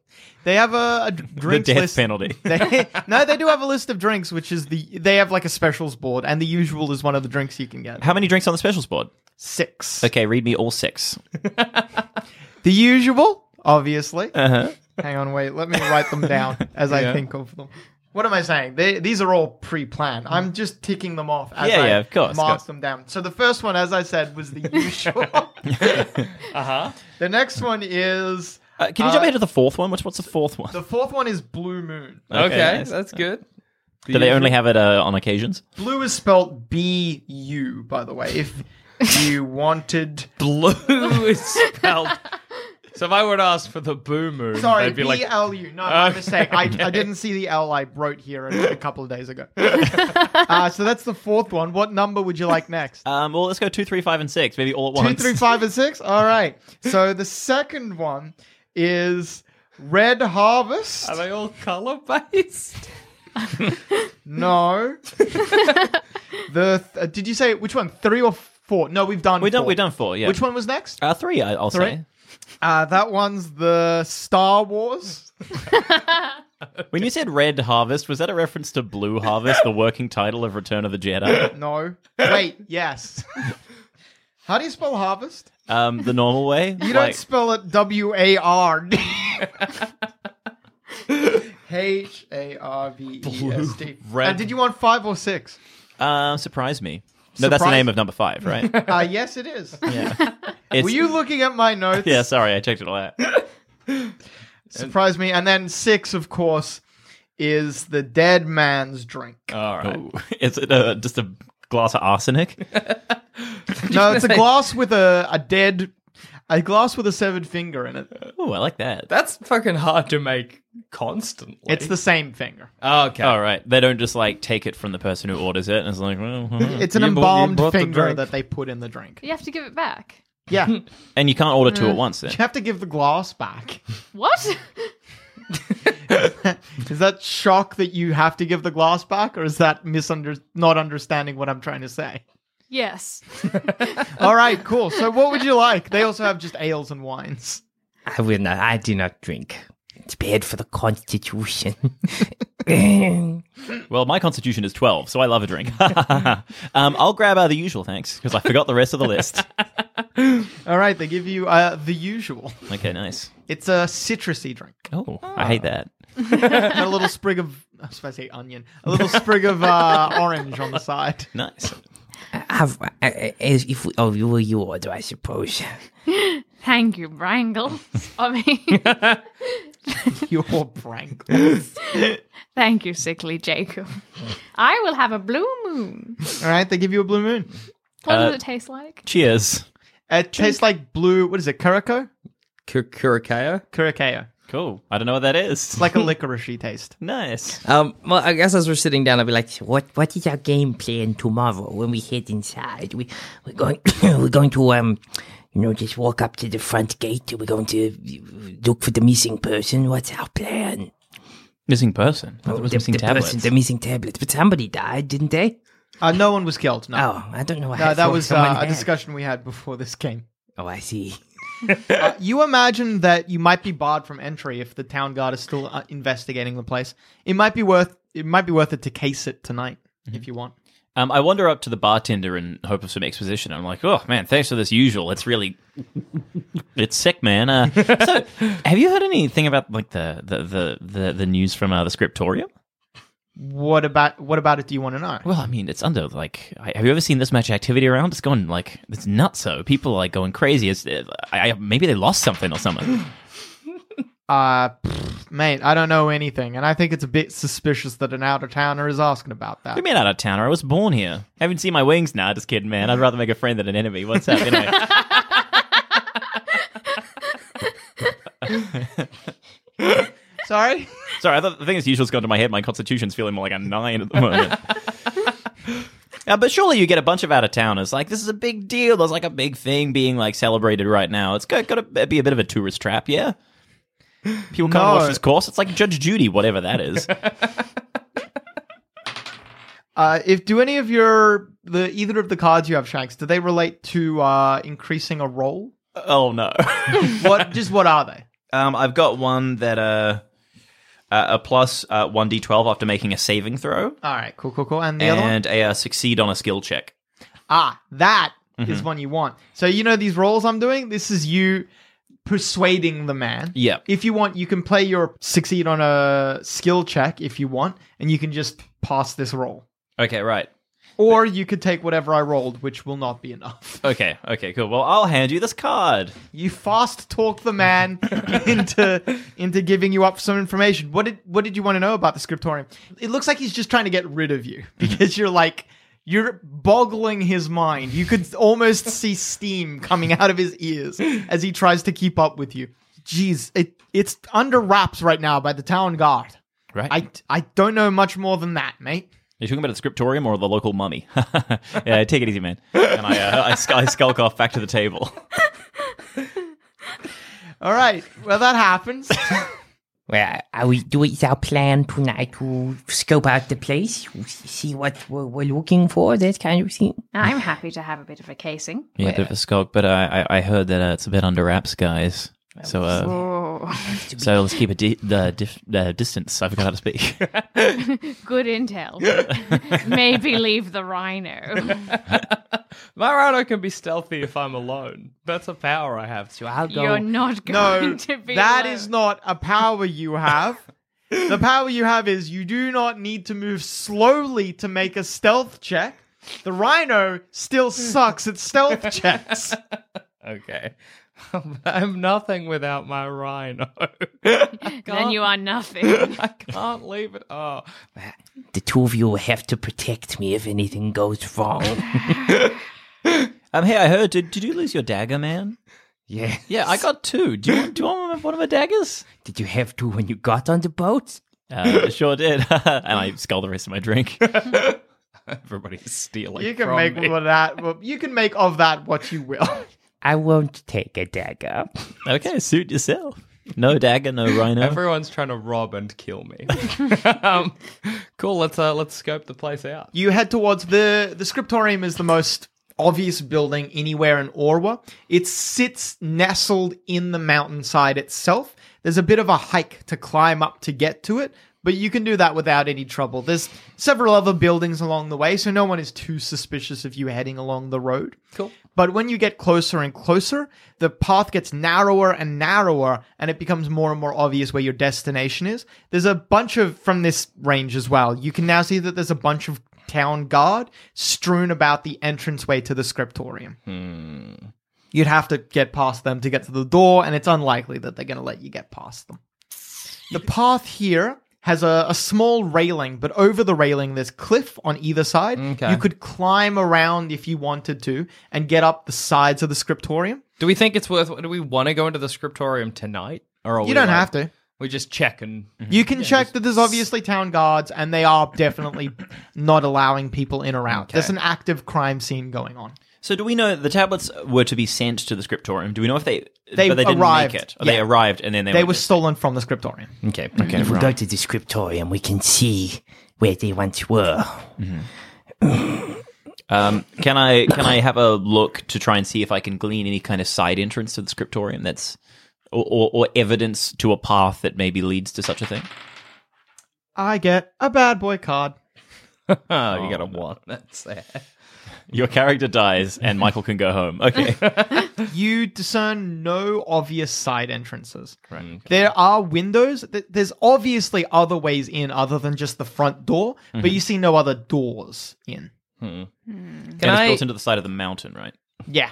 Speaker 3: They have a, a
Speaker 2: the
Speaker 3: drinks
Speaker 2: death
Speaker 3: list.
Speaker 2: penalty.
Speaker 3: They, no, they do have a list of drinks, which is the they have like a specials board, and the usual is one of the drinks you can get.
Speaker 2: How many drinks on the specials board?
Speaker 3: Six.
Speaker 2: Okay, read me all six.
Speaker 3: The
Speaker 2: Uh-huh.
Speaker 3: usual, obviously. Hang on, wait. Let me write them down as I think of them. What am I saying? They, these are all pre-planned. I'm just ticking them off as
Speaker 2: Mm. Yeah,
Speaker 3: I
Speaker 2: yeah, of course, of
Speaker 3: mark
Speaker 2: course.
Speaker 3: them down. So the first one, as I said, was the usual. uh-huh. The next one is
Speaker 2: Uh, can you jump ahead to the fourth one? What's what's the fourth one?
Speaker 3: the fourth one is Blue Moon.
Speaker 5: Okay,
Speaker 2: nice.
Speaker 5: that's good.
Speaker 2: Do they only have it uh, on occasions?
Speaker 3: Blue is spelled B U, by the way. If you wanted
Speaker 5: blue is spelled? so if I were to ask for the boo moon,
Speaker 3: Sorry,
Speaker 5: they'd be like,
Speaker 3: B L U. No, my
Speaker 5: Okay.
Speaker 3: mistake. I, I didn't see the L I wrote here a, a couple of days ago. uh, so that's the fourth one. What number would you like
Speaker 5: Oh,
Speaker 3: next?
Speaker 2: Um, well, let's go two, three, five, and six. Maybe all at
Speaker 3: Two,
Speaker 2: once.
Speaker 3: three, five, and six? All right. So the second one is Red Harvest.
Speaker 5: are they all color based?
Speaker 3: No. the th- uh, Did you say which one? Three or four? No, we've done
Speaker 2: We done.
Speaker 3: four.
Speaker 2: We done four. Yeah.
Speaker 3: Which one was next?
Speaker 2: Uh, three. I, I'll
Speaker 3: Three?
Speaker 2: say.
Speaker 3: Uh, that one's the Star Wars.
Speaker 2: When you said Red Harvest, was that a reference to Blue Harvest, the working title of Return of the Jedi?
Speaker 3: No. Wait, yes. How do you spell harvest?
Speaker 2: Um, the normal way.
Speaker 3: You
Speaker 2: like,
Speaker 3: don't spell it W A R D. H A R V E S T.
Speaker 5: red.
Speaker 3: And did you want five or six?
Speaker 2: uh, surprise me. No, that's the
Speaker 3: Surprise-
Speaker 2: name of number five, right?
Speaker 3: Uh, yes, it is.
Speaker 2: yeah. It's,
Speaker 3: Were you looking at my notes?
Speaker 2: Yeah. Sorry, I checked it all out.
Speaker 3: Surprise me. And then six, of course, is the dead man's drink.
Speaker 5: All right.
Speaker 2: Oh, Is it uh, just a glass of arsenic?
Speaker 3: no, it's a glass with a, a dead, a glass with a severed finger in it.
Speaker 2: Oh, I like that.
Speaker 5: That's fucking hard to make constantly.
Speaker 3: It's the same finger.
Speaker 4: Oh,
Speaker 5: okay.
Speaker 2: All right. They don't just like take it from the person who orders it, and it's like, well, uh-huh. huh.
Speaker 3: It's an
Speaker 5: You brought- you
Speaker 3: embalmed
Speaker 5: brought the
Speaker 3: finger
Speaker 5: drink.
Speaker 3: that they put in the drink.
Speaker 6: You have to give it back.
Speaker 3: Yeah. you
Speaker 2: and you can't order two at once. Then
Speaker 3: have to give the glass back.
Speaker 6: What?
Speaker 3: Is that shock that you have to give the glass back, or is that misunder not understanding what I'm trying to say?
Speaker 6: yes.
Speaker 3: All right, cool. So what would you like? They also have just ales and wines.
Speaker 4: I will not. I do not drink. It's bad for the constitution. I'll
Speaker 2: Well, my constitution is 12, so I love a drink. um, I'll grab uh, the usual, thanks, because I forgot the rest of the list.
Speaker 3: All right, they give you uh, the usual.
Speaker 2: Okay, nice.
Speaker 3: It's a citrusy drink.
Speaker 2: Oh, I hate that.
Speaker 3: And a little sprig of, I was about to say onion, a little sprig of uh, orange on the side.
Speaker 2: Nice.
Speaker 4: have I- I- as if we, oh you will you order I suppose.
Speaker 6: Thank you, Brangle. I mean,
Speaker 3: Your prank.
Speaker 6: thank you, sickly Jacob. I will have a blue moon.
Speaker 3: All right, they give you a blue moon.
Speaker 6: What
Speaker 2: Uh,
Speaker 6: does it taste like?
Speaker 2: Cheers.
Speaker 3: It tastes like blue, what is it, curacao?
Speaker 5: Curacao?
Speaker 3: Curacao.
Speaker 2: Cool. I don't know what that is.
Speaker 3: It's like a licoricey taste.
Speaker 2: nice.
Speaker 4: Um, well, I guess as we're sitting down, I'll be like, "What? What is our game plan tomorrow when we head inside? We we're going we're going to um, you know, just walk up to the front gate. We're going to look for the missing person. What's our plan?
Speaker 2: Missing person. I thought it was
Speaker 4: the,
Speaker 2: missing
Speaker 4: the
Speaker 2: tablets.
Speaker 4: person, the missing tablet. But somebody died, didn't they?
Speaker 3: Uh, no one was killed, no.
Speaker 4: Oh, I don't know. why I
Speaker 3: No, that
Speaker 4: thought
Speaker 3: was
Speaker 4: someone
Speaker 3: uh, a
Speaker 4: had.
Speaker 3: discussion we had before this game.
Speaker 4: Oh, I see.
Speaker 3: Uh, you imagine that you might be barred from entry if the town guard is still uh, investigating the place. It might be worth it might be worth it to case it tonight if you want.
Speaker 2: um, I wander up to the bartender in hope of some exposition. I'm like, oh, man, thanks for this usual. It's really. It's sick, man. Uh, so, have you heard anything about like the the the, the, the news from uh, the scriptorium?
Speaker 3: What about what about it? Do you want to know?
Speaker 2: Well, I mean, it's under like. I, have you ever seen this much activity around? It's gone like it's nuts. So people are like going crazy. It's uh, I, I, maybe they lost something or something.
Speaker 3: Uh, pfft, mate, I don't know anything, and I think it's a bit suspicious that an out of towner is asking about that.
Speaker 2: I mean, out of town. I was born here. Haven't seen my wings. Nah, just kidding, man. I'd rather make a friend than an enemy. What's up? Anyway.
Speaker 3: Sorry.
Speaker 2: Sorry, I thought the thing as usual's gone to my head. My constitution's feeling more like a nine at the moment. Uh, but surely you get a bunch of out of towners. Like this is a big deal. There's like a big thing being like celebrated right now. It's got, got to be a bit of a tourist trap, yeah. People can't
Speaker 3: No.
Speaker 2: watch this course. It's like Judge Judy, whatever that is.
Speaker 3: Uh, if do any of your the either of the cards you have, Shanks, do they relate to uh increasing a roll?
Speaker 2: oh no.
Speaker 3: What just what are they?
Speaker 2: Um, I've got one that uh, uh a plus uh one d twelve after making a saving throw,
Speaker 3: All right, cool, cool, cool. And the other one.
Speaker 2: and a uh, succeed on a skill check.
Speaker 3: Ah, that is one you want. So you know these rolls I'm doing. This is you persuading the man.
Speaker 2: Yeah.
Speaker 3: If you want, you can play your succeed on a skill check if you want, and you can just pass this roll.
Speaker 2: Okay, right.
Speaker 3: Or you could take whatever I rolled, which will not be enough.
Speaker 2: Okay, okay, cool. Well, I'll hand you this card.
Speaker 3: You fast talk the man into into giving you up some information. What did what did you want to know about the scriptorium? It looks like he's just trying to get rid of you because you're like you're boggling his mind. You could almost see steam coming out of his ears as he tries to keep up with you. Jeez, it it's under wraps right now by the town guard.
Speaker 2: Right.
Speaker 3: I I don't know much more than that, mate.
Speaker 2: Are you talking about the scriptorium or the local mummy? yeah, take it easy, man. And I, uh, I, sc- I skulk off back to the table.
Speaker 3: All right. Well, that happens.
Speaker 4: Well, are we do it's our plan tonight to scope out the place, see what we're, we're looking for, that kind of thing.
Speaker 6: I'm happy to have a bit of a casing.
Speaker 2: Yeah, a bit of a skulk, but I, I, I heard that uh, it's a bit under wraps, guys. So, uh,
Speaker 6: Oh,
Speaker 2: so let's keep a di- the dif- uh, distance. I forgot how to speak.
Speaker 6: good intel. Maybe leave the rhino.
Speaker 5: My rhino can be stealthy if I'm alone. That's a power I have. So I'll go.
Speaker 6: You're not going
Speaker 3: no,
Speaker 6: to be.
Speaker 3: that
Speaker 6: alone.
Speaker 3: is not a power you have. the power you have is you do not need to move slowly to make a stealth check. The rhino still sucks at stealth checks.
Speaker 5: Okay. I'm nothing without my rhino.
Speaker 6: Then you are nothing.
Speaker 5: I can't leave it. Oh,
Speaker 4: The two of you will have to protect me if anything goes wrong.
Speaker 2: um, hey, I heard. Did, did you lose your dagger, man?
Speaker 4: yeah.
Speaker 2: Yeah, I got two. Do you want, do you want one of my daggers?
Speaker 4: Did you have to when you got on the boat?
Speaker 2: Uh, sure did. and I scull the rest of my drink.
Speaker 5: everybody's stealing.
Speaker 3: You can
Speaker 5: from
Speaker 3: make
Speaker 5: me.
Speaker 3: of that. well, You can make of that what you will.
Speaker 4: I won't take a dagger.
Speaker 2: Okay, suit yourself. No dagger, no rhino.
Speaker 5: Everyone's trying to rob and kill me. um, cool. Let's uh, let's scope the place out.
Speaker 3: You head towards the the scriptorium is the most obvious building anywhere in Orwa. It sits nestled in the mountainside itself. There's a bit of a hike to climb up to get to it, but you can do that without any trouble. There's several other buildings along the way, so no one is too suspicious of you heading along the road.
Speaker 5: Cool.
Speaker 3: But when you get closer and closer, the path gets narrower and narrower, and it becomes more and more obvious where your destination is. There's a bunch of, from this range as well, you can now see that there's a bunch of town guard strewn about the entranceway to the scriptorium. You'd have to get past them to get to the door, and it's unlikely that they're going to let you get past them. The path here has a, a small railing, but over the railing, there's cliff on either side.
Speaker 5: Okay.
Speaker 3: You could climb around if you wanted to and get up the sides of the scriptorium.
Speaker 5: Do we think it's worth? Do we want to go into the scriptorium tonight? Or are
Speaker 3: You don't have to.
Speaker 5: We just check and
Speaker 3: You can check that there's obviously town guards, and they are definitely not allowing people in or out. There's an active crime scene going on.
Speaker 2: So do we know the tablets were to be sent to the scriptorium? Do we know if they
Speaker 3: They
Speaker 2: but they didn't
Speaker 3: arrived,
Speaker 2: make it?
Speaker 3: yeah.
Speaker 2: They arrived and then they,
Speaker 3: They
Speaker 2: went
Speaker 3: were
Speaker 2: to-
Speaker 3: stolen from the scriptorium.
Speaker 2: okay.
Speaker 5: Mm-hmm.
Speaker 2: Okay,
Speaker 4: If we
Speaker 2: right.
Speaker 4: go to the scriptorium, we can see where they once were.
Speaker 2: Um, can I can I have a look to try and see if I can glean any kind of side entrance to the scriptorium that's or, or, or evidence to a path that maybe leads to such a thing?
Speaker 3: I get a bad boy card.
Speaker 2: Oh, you got a one.
Speaker 5: that's sad.
Speaker 2: Your character dies and Michael can go home. Okay.
Speaker 3: You discern no obvious side entrances. There are windows. Th- There's obviously other ways in other than just the front door, but you see no other doors in.
Speaker 5: Can
Speaker 2: and it's
Speaker 5: I-
Speaker 2: built into the side of the mountain, right?
Speaker 3: Yeah.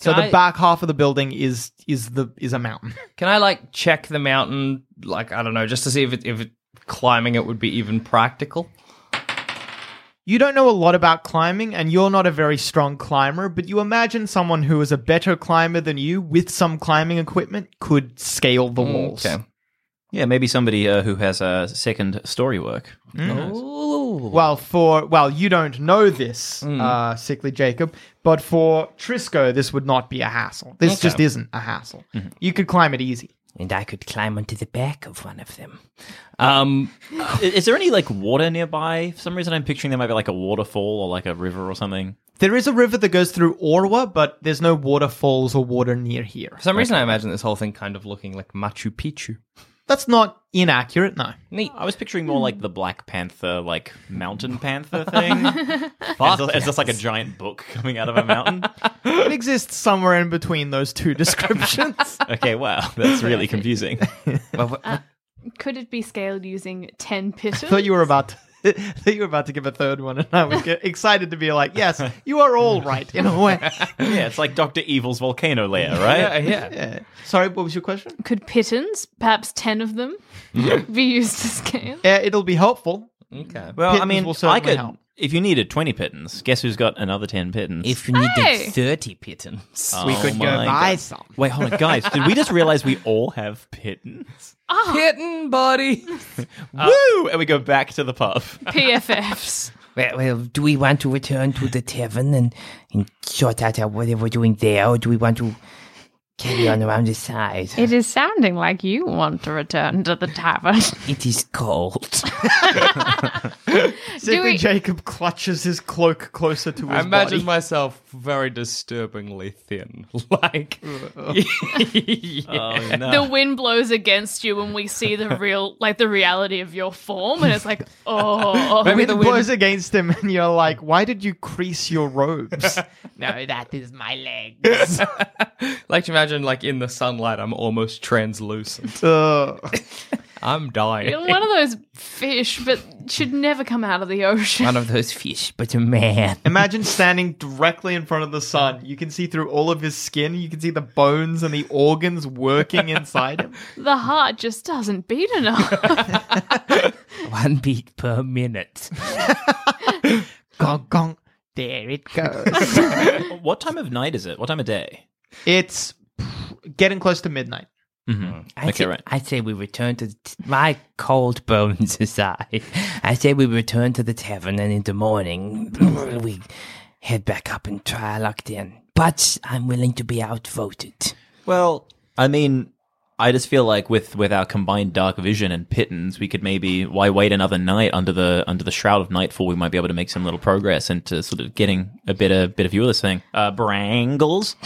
Speaker 3: So
Speaker 5: Can
Speaker 3: the
Speaker 5: I-
Speaker 3: back half of the building is is the is a mountain.
Speaker 5: Can I like check the mountain? Like I don't know, just to see if it, if it, climbing it would be even practical.
Speaker 3: You don't know a lot about climbing, and you're not a very strong climber, but you imagine someone who is a better climber than you with some climbing equipment could scale the walls.
Speaker 5: Mm, Okay.
Speaker 2: Yeah, maybe somebody uh, who has a second story work. Oh.
Speaker 3: Well, for well, you don't know this, uh, sickly Jacob, but for Trisco, this would not be a hassle. This just isn't a hassle. You could climb it easy.
Speaker 4: And I could climb onto the back of one of them.
Speaker 5: Um,
Speaker 2: I- Is there any like water nearby? For some reason, I'm picturing there might be like a waterfall or like a river or something.
Speaker 3: There is a river that goes through Orwa, but there's no waterfalls or water near here.
Speaker 5: for some reason, I imagine this whole thing kind of looking like Machu Picchu.
Speaker 3: That's not inaccurate, no.
Speaker 5: Neat.
Speaker 2: I was picturing more like the Black Panther, like mountain panther thing. Fuck, it's, just like a giant book coming out of a mountain.
Speaker 3: It exists somewhere in between those two descriptions.
Speaker 2: okay, wow, that's really confusing.
Speaker 6: Could it be scaled using 10
Speaker 3: I
Speaker 6: pitches?
Speaker 3: thought you were about to, I thought you were about to give a third one, and I was get excited to be like, "Yes, you are all right in a way."
Speaker 2: yeah, it's like Doctor Evil's volcano lair, right?
Speaker 5: Yeah, yeah.
Speaker 3: Yeah. Sorry, what was your question?
Speaker 6: Could pittons, perhaps 10 of them, be used to scale?
Speaker 3: Uh, it'll be helpful.
Speaker 5: Okay.
Speaker 2: Well, I
Speaker 3: Pittance
Speaker 2: mean,
Speaker 3: will
Speaker 2: I
Speaker 3: certainly
Speaker 2: could.
Speaker 3: help.
Speaker 2: If you needed twenty pittance, guess who's got another ten pittance?
Speaker 4: If you needed
Speaker 6: Hey!
Speaker 4: 30 pittons.
Speaker 3: Oh
Speaker 2: we could
Speaker 3: Go buy some.
Speaker 2: Wait, hold on, guys. Did we just realize we all have pittance?
Speaker 3: Oh.
Speaker 5: Kitten body.
Speaker 2: Woo! And we go back to the pub.
Speaker 6: PFFs.
Speaker 4: Well, well, do we want to return to the tavern and, and sort out our- whatever we're doing there, or do we want to carry on around the side?
Speaker 6: It is sounding like you want to return to the tavern.
Speaker 4: it is cold.
Speaker 3: Sickly
Speaker 6: we-
Speaker 3: Jacob clutches his cloak closer to his
Speaker 5: I imagine
Speaker 3: body.
Speaker 5: myself very disturbingly thin. Like,
Speaker 2: Oh no!
Speaker 6: the wind blows against you and we see the real, like the reality of your form, and it's like, oh.
Speaker 5: Maybe the
Speaker 3: It
Speaker 5: wind-
Speaker 3: blows against him, and you're like, "Why did you crease your robes?"
Speaker 4: no, that is my legs.
Speaker 5: like to imagine, like in the sunlight, I'm almost translucent.
Speaker 3: Ugh.
Speaker 5: I'm dying.
Speaker 6: You're one of those fish, but should never come out of the ocean.
Speaker 4: One of those fish, but a man.
Speaker 3: Imagine standing directly in front of the sun. You can see through all of his skin. You can see the bones and the organs working inside him.
Speaker 6: The heart just doesn't beat enough.
Speaker 4: One beat per minute.
Speaker 3: Gong gong. There it goes.
Speaker 2: What time of night is it? What time of day?
Speaker 3: It's p- getting close to midnight.
Speaker 4: I
Speaker 2: Okay,
Speaker 4: say,
Speaker 2: right.
Speaker 4: I say we return to the t- my cold bones aside. I say we return to the tavern, and in the morning we head back up and try our luck then. But I'm willing to be outvoted.
Speaker 2: Well, I mean, I just feel like with with our combined dark vision and pittance, we could maybe why wait another night under the under the shroud of nightfall. We might be able to make some little progress into sort of getting a bit a bit of view of this thing. Uh, Brangles.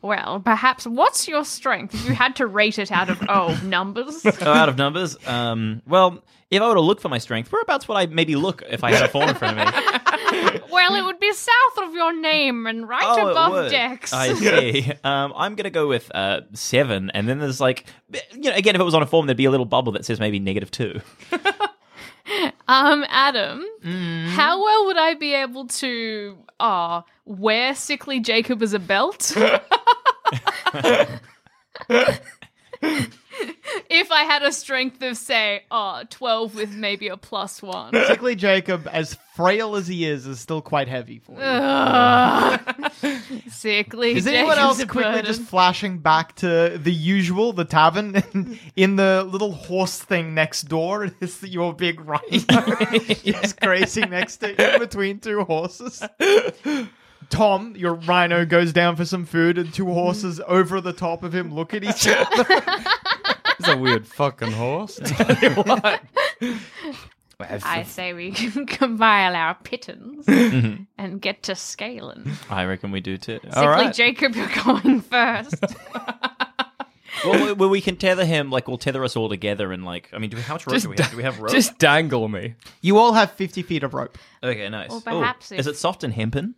Speaker 6: well, perhaps what's your strength if you had to rate it out of, oh, numbers?
Speaker 2: Oh, out of numbers. Um, well, if I were to look for my strength, whereabouts would I maybe look if I had a form in front of me?
Speaker 6: Well, it would be south of your name and right
Speaker 2: Oh, it
Speaker 6: above
Speaker 2: would.
Speaker 6: Dex.
Speaker 2: I see. Um, I'm gonna go with uh, seven, and then there's like, you know, again, if it was on a form, there'd be a little bubble that says maybe negative two.
Speaker 6: Um, Adam, how well would I be able to uh, wear sickly Jacob as a belt? if I had a strength of, say, uh, 12 with maybe a plus one.
Speaker 3: Particularly Jacob, as frail as he is, is still quite heavy for you.
Speaker 6: Ugh. sickly
Speaker 3: Is anyone
Speaker 6: Jacob's
Speaker 3: else quickly
Speaker 6: burden.
Speaker 3: just flashing back to the usual, the tavern, in the little horse thing next door? Is your big rhino is grazing next to in between two horses? Tom, your rhino goes down for some food, and two horses over the top of him look at each other.
Speaker 5: It's a weird fucking horse.
Speaker 6: I say we can compile our pittance
Speaker 2: Mm-hmm.
Speaker 6: and get to scaling.
Speaker 2: I reckon we do too.
Speaker 6: Sickly
Speaker 5: right.
Speaker 6: Jacob, you're going first.
Speaker 2: well, we, well, we can tether him. Like, we'll tether us all together, and like, I mean, do we, how much rope
Speaker 5: Just
Speaker 2: do we have? Do we have rope?
Speaker 5: Just dangle me.
Speaker 3: You all have 50 feet of rope.
Speaker 2: okay, nice.
Speaker 6: Or perhaps
Speaker 2: Ooh, is
Speaker 6: if-
Speaker 2: it soft and hempen?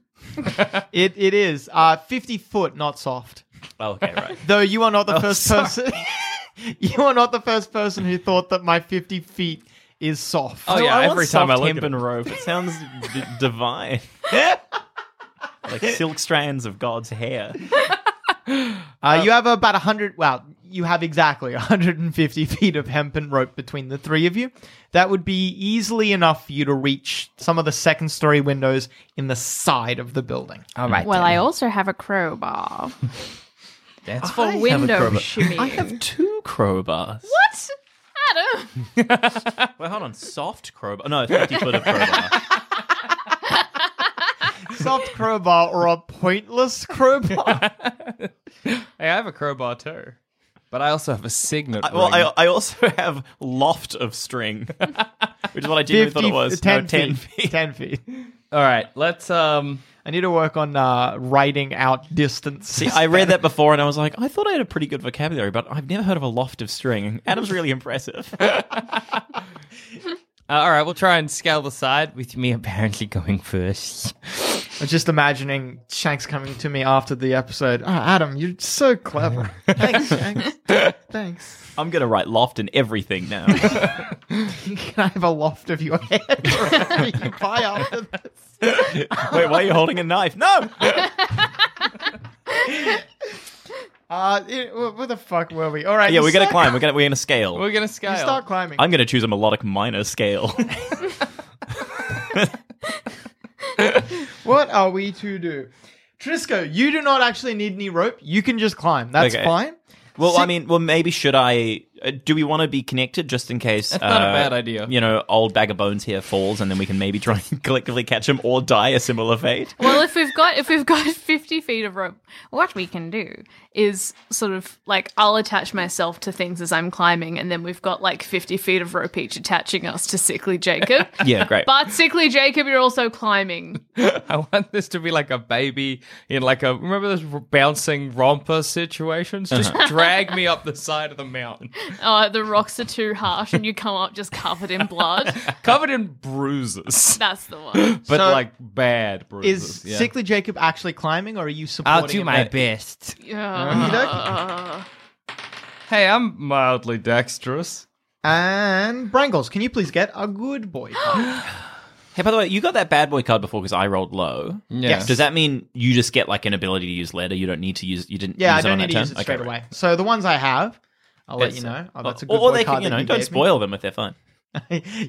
Speaker 3: It, it is uh, 50 foot, not soft.
Speaker 2: Oh, okay, right.
Speaker 3: Though you are not the first person. you are not the first person who thought that my 50 feet is soft.
Speaker 5: Oh, yeah,
Speaker 2: I want
Speaker 5: every time I
Speaker 2: soft
Speaker 5: look at
Speaker 2: hempen
Speaker 5: it.
Speaker 2: rope, it sounds d- divine. like silk strands of God's hair.
Speaker 3: Uh, you have about 100, well, you have exactly 150 feet of hempen rope between the three of you. That would be easily enough for you to reach some of the second story windows in the side of the building.
Speaker 4: All right.
Speaker 6: Well,
Speaker 4: then.
Speaker 6: I also have a crowbar.
Speaker 4: That's
Speaker 6: for window shimmying.
Speaker 2: I have two crowbars.
Speaker 6: what? Adam,
Speaker 2: Wait, hold on. Soft crowbar? No, 50 foot of crowbar.
Speaker 3: Soft crowbar or a pointless crowbar?
Speaker 5: Hey, I have a crowbar too. But I also have a signet.
Speaker 2: I- well,
Speaker 5: ring.
Speaker 2: I, I also have loft of string, which is what I genuinely thought it was.
Speaker 3: 10
Speaker 2: no, 10
Speaker 3: feet. 10 feet.
Speaker 5: All right, let's um
Speaker 3: I need to work on uh, writing out distance.
Speaker 2: See, I read that before and I was like, I thought I had a pretty good vocabulary, but I've never heard of a loft of string. Adam's really impressive.
Speaker 5: Uh, all right, we'll try and scale the side with me apparently going first.
Speaker 3: I'm just imagining Shanks coming to me after the episode. Oh, Adam, you're so clever. Thanks, Shanks. Thanks.
Speaker 2: I'm going to write loft in everything now.
Speaker 3: Can I have a loft of your head or whatever you buy after this?
Speaker 2: Wait, why are you holding a knife? No!
Speaker 3: Uh, it, wh- where the fuck were we? All right.
Speaker 2: Yeah,
Speaker 3: you
Speaker 2: we're going to
Speaker 3: start-
Speaker 2: climb. We're going to we're gonna scale.
Speaker 5: We're gonna scale.
Speaker 3: You start climbing.
Speaker 2: I'm going to choose a melodic minor scale.
Speaker 3: What are we to do? Trisco, you do not actually need any rope. You can just climb. That's
Speaker 2: Okay.
Speaker 3: fine.
Speaker 2: Well, I mean, well, maybe should I? Uh, do we want to be connected just in case? That's
Speaker 5: not a bad idea.
Speaker 2: You know, old bag of bones here falls, and then we can maybe try and collectively catch him or die a similar fate.
Speaker 6: Well, if we've got if we've got fifty feet of rope, what we can do is sort of like I'll attach myself to things as I'm climbing, and then we've got like fifty feet of rope each attaching us to sickly Jacob.
Speaker 2: Yeah, great.
Speaker 6: But sickly Jacob, you're also climbing.
Speaker 5: I want this to be like a baby in like a remember those r- bouncing romper situations. Just drag me up the side of the mountain,
Speaker 6: Oh, the rocks are too harsh, and you come up just covered in blood.
Speaker 5: covered in bruises,
Speaker 6: That's the one.
Speaker 5: but
Speaker 3: So-
Speaker 5: like bad
Speaker 3: Is
Speaker 5: bruises. yeah.
Speaker 3: Sickly Jacob actually climbing, or are
Speaker 2: Uh,
Speaker 3: you supporting?
Speaker 5: I'll do
Speaker 3: him
Speaker 5: my
Speaker 3: there?
Speaker 5: best.
Speaker 6: Yeah.
Speaker 5: Hey, I'm mildly dexterous.
Speaker 3: And Brangles, can you please get a good boy? card?
Speaker 2: Hey, by the way, you got that bad boy card before because I rolled low.
Speaker 5: Yes.
Speaker 2: Does that mean you just get like an ability to use letter? You don't need to use. You didn't.
Speaker 3: yeah, I
Speaker 2: use it
Speaker 3: don't
Speaker 2: on
Speaker 3: need
Speaker 2: that
Speaker 3: to
Speaker 2: turn?
Speaker 3: use it
Speaker 2: Okay,
Speaker 3: straight
Speaker 2: right.
Speaker 3: away. So the ones I have, I'll let
Speaker 2: Yes.
Speaker 3: you know. Oh, that's a good
Speaker 2: or, or
Speaker 3: boy
Speaker 2: they
Speaker 3: card
Speaker 2: can, you
Speaker 3: that
Speaker 2: know,
Speaker 3: you
Speaker 2: don't
Speaker 3: gave me.
Speaker 2: spoil them if they're fun.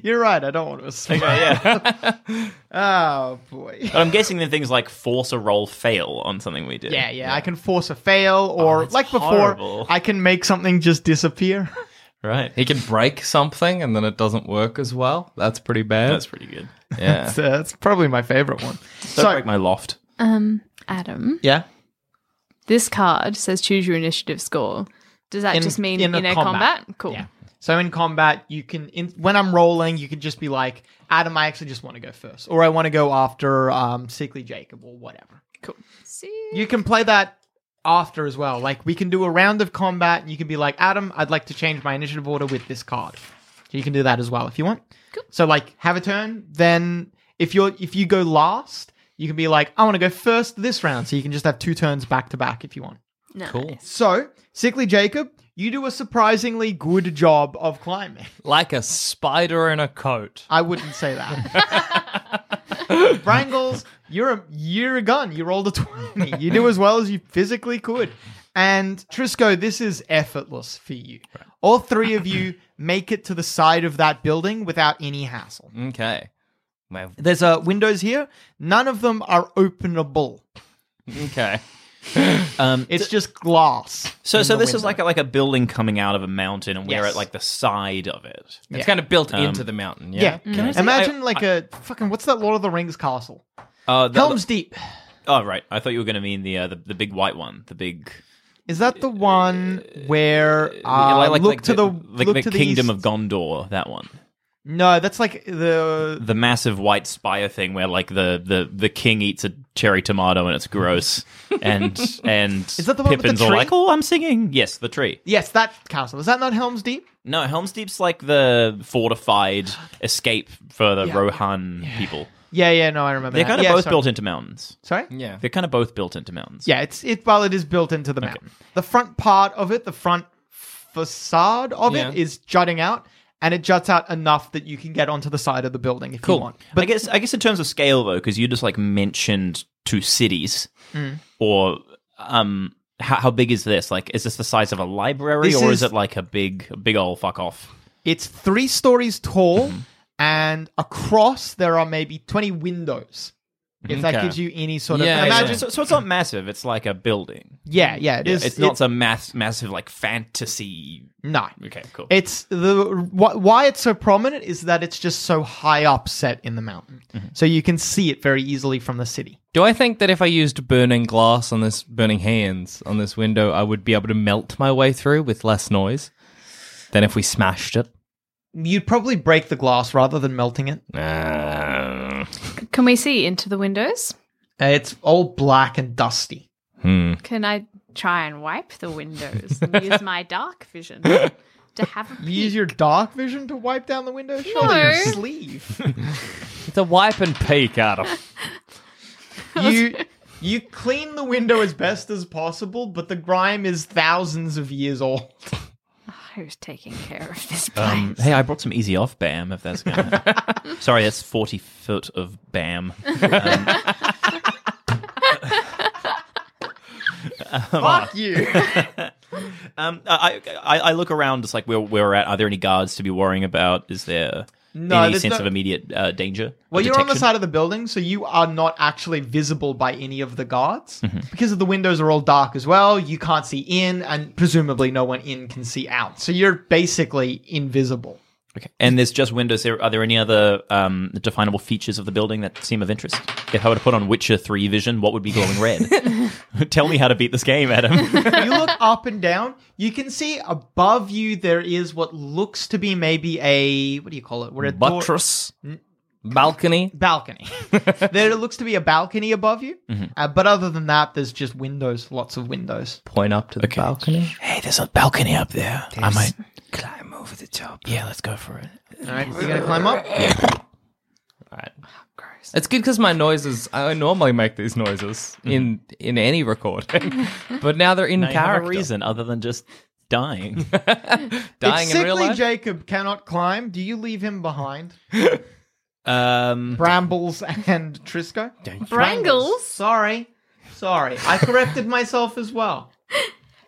Speaker 3: You're right. I don't want to assume.
Speaker 2: yeah,
Speaker 3: Oh boy.
Speaker 2: but I'm guessing then things like force a roll fail on something we did.
Speaker 3: Yeah, Oh, yeah, I can force a fail, or
Speaker 2: that's
Speaker 3: like before,
Speaker 2: horrible.
Speaker 3: I can make something just disappear.
Speaker 2: right.
Speaker 5: He can break something and then it doesn't work as well. That's pretty bad.
Speaker 2: That's pretty good.
Speaker 5: yeah.
Speaker 3: So that's probably my favorite one.
Speaker 2: Don't
Speaker 3: So,
Speaker 2: break my loft.
Speaker 6: Um, Adam,
Speaker 3: yeah,
Speaker 6: this card says choose your initiative score. Does that
Speaker 3: In-
Speaker 6: just mean
Speaker 3: in
Speaker 6: in,
Speaker 3: a
Speaker 6: a
Speaker 3: combat.
Speaker 6: combat? Cool.
Speaker 3: yeah. So in combat, you can in, when I'm rolling, you can just be like, Adam, I actually just want to go first, or I want to go after um, Sickly Jacob, or whatever.
Speaker 6: Cool. See.
Speaker 3: You can play that after as well. Like we can do a round of combat, and you can be like, Adam, I'd like to change my initiative order with this card. So you can do that as well if you want.
Speaker 6: Cool.
Speaker 3: So like have a turn, then if you're if you go last, you can be like, I want to go first this round. So you can just have two turns back to back if you want.
Speaker 6: Nice.
Speaker 3: So, Sickly Jacob, you do a surprisingly good job of climbing.
Speaker 5: Like a spider in a coat.
Speaker 3: I wouldn't say that. Brangles, you're a you're a gun. You rolled a twenty. You do as well as you physically could. And Trisco, this is effortless for you. All three of you make it to the side of that building without any hassle.
Speaker 2: Mm-hmm.
Speaker 5: Okay. Well,
Speaker 3: There's uh, windows here. None of them are openable.
Speaker 5: okay.
Speaker 2: Um,
Speaker 3: It's just glass.
Speaker 2: So,
Speaker 3: in
Speaker 2: so
Speaker 3: the
Speaker 2: this is
Speaker 3: window.
Speaker 2: like a, like a building coming out of a mountain, and we're
Speaker 3: Yes.
Speaker 2: at like the side of it.
Speaker 5: It's kind of built into the mountain. Um, Yeah.
Speaker 3: yeah. Imagine like a fucking what's that Lord of the Rings castle?
Speaker 2: Uh, the,
Speaker 3: Helm's Deep.
Speaker 2: oh, right. I thought you were going to mean the, uh, the the big white one, the big
Speaker 3: Is that the one where uh,
Speaker 2: like, like-
Speaker 3: look
Speaker 2: like
Speaker 3: to the,
Speaker 2: like
Speaker 3: look
Speaker 2: the
Speaker 3: to
Speaker 2: kingdom
Speaker 3: east?
Speaker 2: of Gondor, that one,
Speaker 3: No, that's like the
Speaker 2: the massive white spire thing where like the the, the king eats a cherry tomato and it's gross, and and
Speaker 3: Is that the one with the
Speaker 2: Pippin's all
Speaker 3: tree?
Speaker 2: like, oh, I'm singing. Yes, the tree.
Speaker 3: yes, that castle. Is that not Helm's Deep?
Speaker 2: No, Helm's Deep's like the fortified escape for the Rohan people.
Speaker 3: Yeah, yeah, no, I remember.
Speaker 2: They're
Speaker 3: that.
Speaker 2: kind of
Speaker 3: yeah,
Speaker 2: both
Speaker 3: sorry.
Speaker 2: built into mountains.
Speaker 3: Sorry.
Speaker 5: Yeah.
Speaker 2: They're kind of both built into mountains.
Speaker 3: Yeah, it's it. While it is built into the mountain, the front part of it, the front facade of
Speaker 5: Yeah.
Speaker 3: it, is jutting out, and it juts out enough that you can get onto the side of the building if you want.
Speaker 2: But I guess I guess in terms of scale though, because you just like mentioned two cities,
Speaker 3: Mm.
Speaker 2: or um, how, how big is this? Like, is this the size of a library,
Speaker 3: This
Speaker 2: or is
Speaker 3: is-
Speaker 2: it like a big, a big old fuck off?
Speaker 3: It's three stories tall, and across there are maybe twenty windows. If that
Speaker 5: Okay.
Speaker 3: gives you any sort of
Speaker 5: Yeah, yeah,
Speaker 3: imagine,
Speaker 5: yeah.
Speaker 2: So, so it's not massive. It's like a building.
Speaker 3: yeah, yeah, it is.
Speaker 2: It's not some mass, massive like fantasy.
Speaker 3: no.
Speaker 2: Okay, cool.
Speaker 3: It's the wh- why it's so prominent is that it's just so high up set in the mountain, so you can see it very easily from the city.
Speaker 5: Do I think that if I used burning glass on this, burning hands on this window, I would be able to melt my way through with less noise than if we smashed it?
Speaker 3: You'd probably
Speaker 5: Ah.
Speaker 3: break the glass rather than melting it.
Speaker 6: Can we see into the windows?
Speaker 3: Uh, it's all black and dusty.
Speaker 6: Can I try and wipe the windows and use my dark vision to have a
Speaker 3: You use your dark vision to wipe down the window? Sure.
Speaker 6: No.
Speaker 3: Your sleeve.
Speaker 5: It's a wipe and peek, Adam.
Speaker 3: you you clean the window as best as possible, but the grime is thousands of years old.
Speaker 6: Who's taking care of this place?
Speaker 2: Um, hey, I brought some easy off BAM if that's going to. Sorry, that's 40 foot of BAM.
Speaker 3: Fuck you.
Speaker 2: Um, I, I, I look around, just like where, where we're at. Are there any guards to be worrying about? Is there
Speaker 3: No,
Speaker 2: any
Speaker 3: there's
Speaker 2: sense
Speaker 3: no-
Speaker 2: of immediate uh, danger?
Speaker 3: Well,
Speaker 2: or
Speaker 3: you're on the
Speaker 2: detection?
Speaker 3: side of the building, so you are not actually visible by any of the guards
Speaker 5: Mm-hmm.
Speaker 3: because of the windows are all dark as well. You can't see in, and presumably no one in can see out. So you're basically invisible.
Speaker 2: Okay. And there's just windows. There are there any other um, definable features of the building that seem of interest? If I were to put on Witcher Three vision, what would be glowing red? Tell me how to beat this game, Adam.
Speaker 3: you look up and down. You can see above you there is what looks to be maybe a what do you call it? Where a door-
Speaker 5: Buttress. Balcony.
Speaker 3: balcony. there looks to be a balcony above you,
Speaker 5: Mm-hmm.
Speaker 3: uh, but other than that, there's just windows, lots of windows.
Speaker 5: Point up to the balcony.
Speaker 2: hey, there's a balcony up there. I might.
Speaker 4: Climb over the top.
Speaker 2: Yeah, let's go for it.
Speaker 3: All right, we're gonna climb up.
Speaker 5: It's good because my noises. I normally make these noises in in any recording, but Mm-hmm. now they're in
Speaker 2: Now you have a
Speaker 5: character.
Speaker 2: reason other than just dying.
Speaker 5: Dying
Speaker 3: if
Speaker 5: in
Speaker 3: sickly
Speaker 5: real life.
Speaker 3: Jacob cannot climb, do you leave him behind?
Speaker 2: um,
Speaker 3: Brambles and Trisco.
Speaker 6: Brangles?
Speaker 3: Sorry, sorry, I corrected myself as well.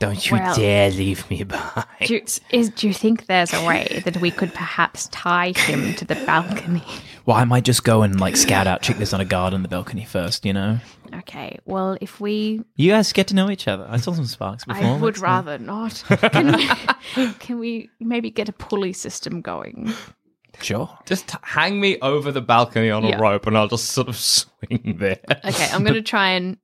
Speaker 4: Don't you
Speaker 6: Well-
Speaker 4: dare leave me behind.
Speaker 6: Do you, is, do you think there's a way that we could perhaps tie him to the balcony?
Speaker 2: well, I might just go and like scout out, check there's not a guard on the balcony first. You know,
Speaker 6: Okay, well, if we.
Speaker 2: you guys get to know each other. I saw some sparks before.
Speaker 6: I would
Speaker 2: Let's-
Speaker 6: rather not. Can we, can we maybe get a pulley system going?
Speaker 2: Sure.
Speaker 5: Just t- hang me over the balcony on
Speaker 6: Yeah.
Speaker 5: a rope, and I'll just sort of swing there.
Speaker 6: Okay, I'm going to try and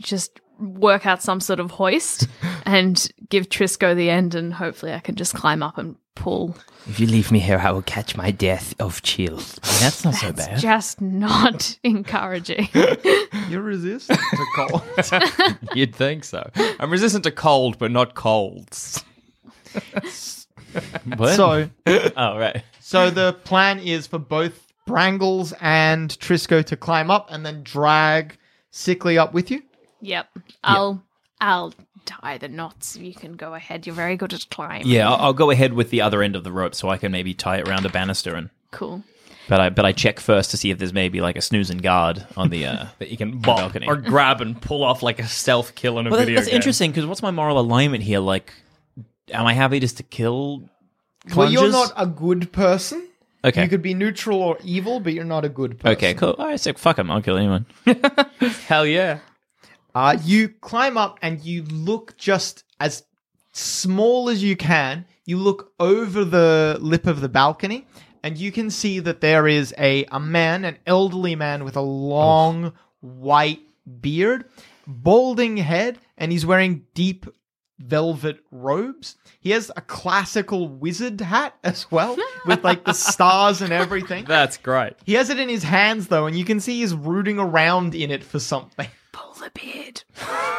Speaker 6: just work out some sort of hoist and give Trisco the end, and hopefully I can just climb up and pull.
Speaker 4: If you leave me here, I will catch my death of chill.
Speaker 2: That's not so bad.
Speaker 6: It's just not encouraging.
Speaker 3: You resist to cold.
Speaker 5: You'd think so. I'm resistant to cold, but not colds.
Speaker 2: What?
Speaker 3: so,
Speaker 2: oh right.
Speaker 3: so the plan is for both Brangles and Trisco to climb up and then drag Sickly up with you.
Speaker 6: Yep. I'll I'll tie the knots. You can go ahead. You're very good at climbing.
Speaker 2: Yeah, I'll, I'll go ahead with the other end of the rope so I can maybe tie it around a banister and.
Speaker 6: Cool.
Speaker 2: But I but I check first to see if there's maybe like a snoozing guard on the. Uh,
Speaker 5: That you can bop
Speaker 2: balcony.
Speaker 5: or grab and pull off like a stealth kill in a
Speaker 2: well, that-
Speaker 5: video
Speaker 2: that's
Speaker 5: game.
Speaker 2: interesting because what's my moral alignment here? Like, am I happy just to kill?
Speaker 3: Well, you're
Speaker 2: Plunges?
Speaker 3: not a good person.
Speaker 2: Okay.
Speaker 3: You could be neutral or evil, but you're not a good person.
Speaker 2: Okay, cool. All right, so fuck him. I'll kill anyone.
Speaker 5: Hell yeah.
Speaker 3: Uh, you climb up and you look just as small as you can. You look over the lip of the balcony and you can see that there is a, a man, an elderly man with a long white beard, balding head, and he's wearing deep velvet robes. He has a classical wizard hat as well, with like the stars and everything.
Speaker 5: That's great.
Speaker 3: He has it in his hands though, and you can see he's rooting around in it for something.
Speaker 6: Pull the beard.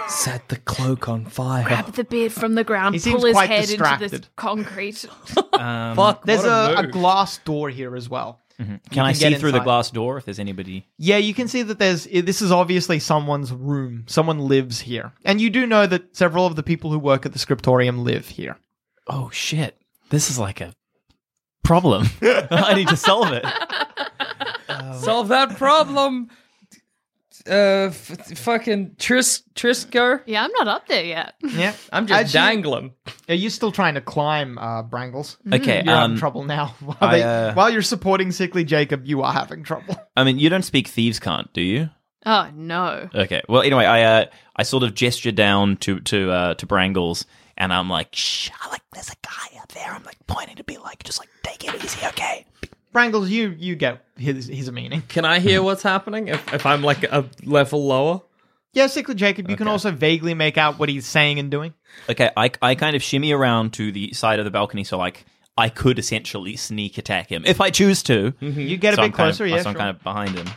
Speaker 5: Set the cloak on fire.
Speaker 6: Grab the beard from the ground.
Speaker 3: He seems
Speaker 6: pull his
Speaker 3: quite
Speaker 6: head into
Speaker 3: distracted.
Speaker 6: this concrete.
Speaker 5: Fuck.
Speaker 3: There's
Speaker 5: what
Speaker 3: a, a
Speaker 5: move.
Speaker 3: glass door here as well.
Speaker 2: Mm-hmm. Can I
Speaker 3: can
Speaker 2: see
Speaker 3: get
Speaker 2: through the
Speaker 3: inside.
Speaker 2: glass door if there's anybody?
Speaker 3: Yeah, you can see that there's. i- This is obviously someone's room. Someone lives here, and you do know that several of the people who work at the scriptorium live here.
Speaker 2: Oh shit! This is like a problem. I need to solve it.
Speaker 5: Solve that problem. Uh, f- fucking Tris Trisco.
Speaker 6: yeah, I'm not up there yet.
Speaker 3: Yeah,
Speaker 5: I'm just
Speaker 3: Actually-
Speaker 5: dangling.
Speaker 3: are you still trying to climb, uh, Brangles?
Speaker 2: Okay.
Speaker 3: You're having
Speaker 2: Um,
Speaker 3: trouble now. While,
Speaker 2: I,
Speaker 3: they-
Speaker 2: uh,
Speaker 3: while you're supporting sickly Jacob, you are having trouble.
Speaker 2: I mean, you don't speak thieves' can't, do you?
Speaker 6: Oh no.
Speaker 2: Okay. Well, anyway, I uh, I sort of gesture down to to uh, to Brangles, and I'm like, shh, I like there's a guy up there. I'm like pointing to be like, just like take it easy, okay?
Speaker 3: Brangles, you you get his his meaning.
Speaker 5: Can I hear what's happening if, if I'm like a level lower?
Speaker 3: Yeah, sickly Jacob, you can also vaguely make out what he's saying and doing.
Speaker 2: Okay. I I kind of shimmy around to the side of the balcony, so like I could essentially sneak attack him if I choose to.
Speaker 3: You Mm-hmm. get a
Speaker 2: so
Speaker 3: bit
Speaker 2: I'm kind
Speaker 3: closer.
Speaker 2: of,
Speaker 3: yeah,
Speaker 2: so I'm
Speaker 3: sure.
Speaker 2: kind of behind him.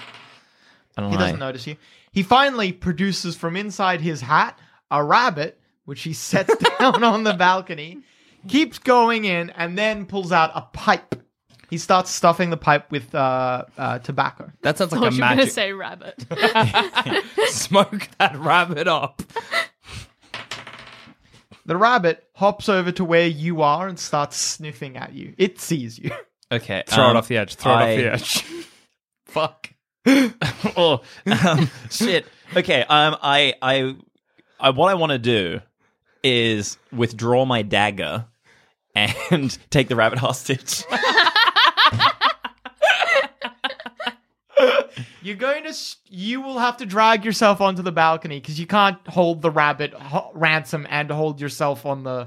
Speaker 2: I don't
Speaker 3: He doesn't
Speaker 2: know.
Speaker 3: notice you. He finally produces from inside his hat a rabbit, which he sets down on the balcony, keeps going in, and then pulls out a pipe. He starts stuffing the pipe with uh, uh, tobacco.
Speaker 5: That sounds like
Speaker 2: Oh,
Speaker 6: thought
Speaker 5: a
Speaker 6: you were going to
Speaker 5: magic.
Speaker 6: say rabbit.
Speaker 5: Smoke that rabbit up.
Speaker 3: The rabbit hops over to where you are and starts sniffing at you. It sees you.
Speaker 2: Okay,
Speaker 5: Throw
Speaker 2: um,
Speaker 5: it off the edge. Throw
Speaker 2: I-
Speaker 5: it off the edge. Fuck.
Speaker 2: oh, um, shit. Okay. Um, I, I, I, what I want to do is withdraw my dagger and take the rabbit hostage.
Speaker 3: You're going to. s you will have to drag yourself onto the balcony because you can't hold the rabbit ho- ransom and hold yourself on the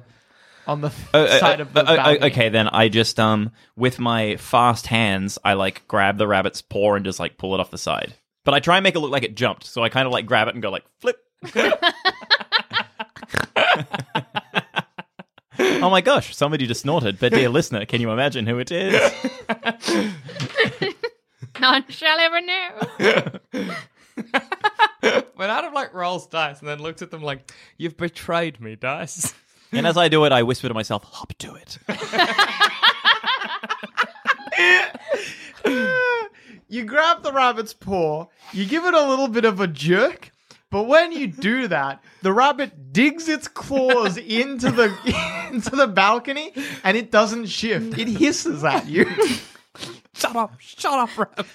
Speaker 3: on the
Speaker 2: Uh,
Speaker 3: side
Speaker 2: uh,
Speaker 3: of the
Speaker 2: uh, uh,
Speaker 3: balcony.
Speaker 2: okay, then I just um with my fast hands, I like grab the rabbit's paw and just like pull it off the side. But I try and make it look like it jumped, so I kind of like grab it and go like flip. oh my gosh! Somebody just snorted. But dear listener, can you imagine who it is?
Speaker 6: None shall ever know.
Speaker 5: When Adam like rolls dice and then looks at them like, "You've betrayed me, dice."
Speaker 2: And as I do it, I whisper to myself, "Hop to it."
Speaker 3: you grab the rabbit's paw, you give it a little bit of a jerk, but when you do that, the rabbit digs its claws into the into the balcony and it doesn't shift. It hisses at you.
Speaker 5: Shut up! Shut up, rabbit.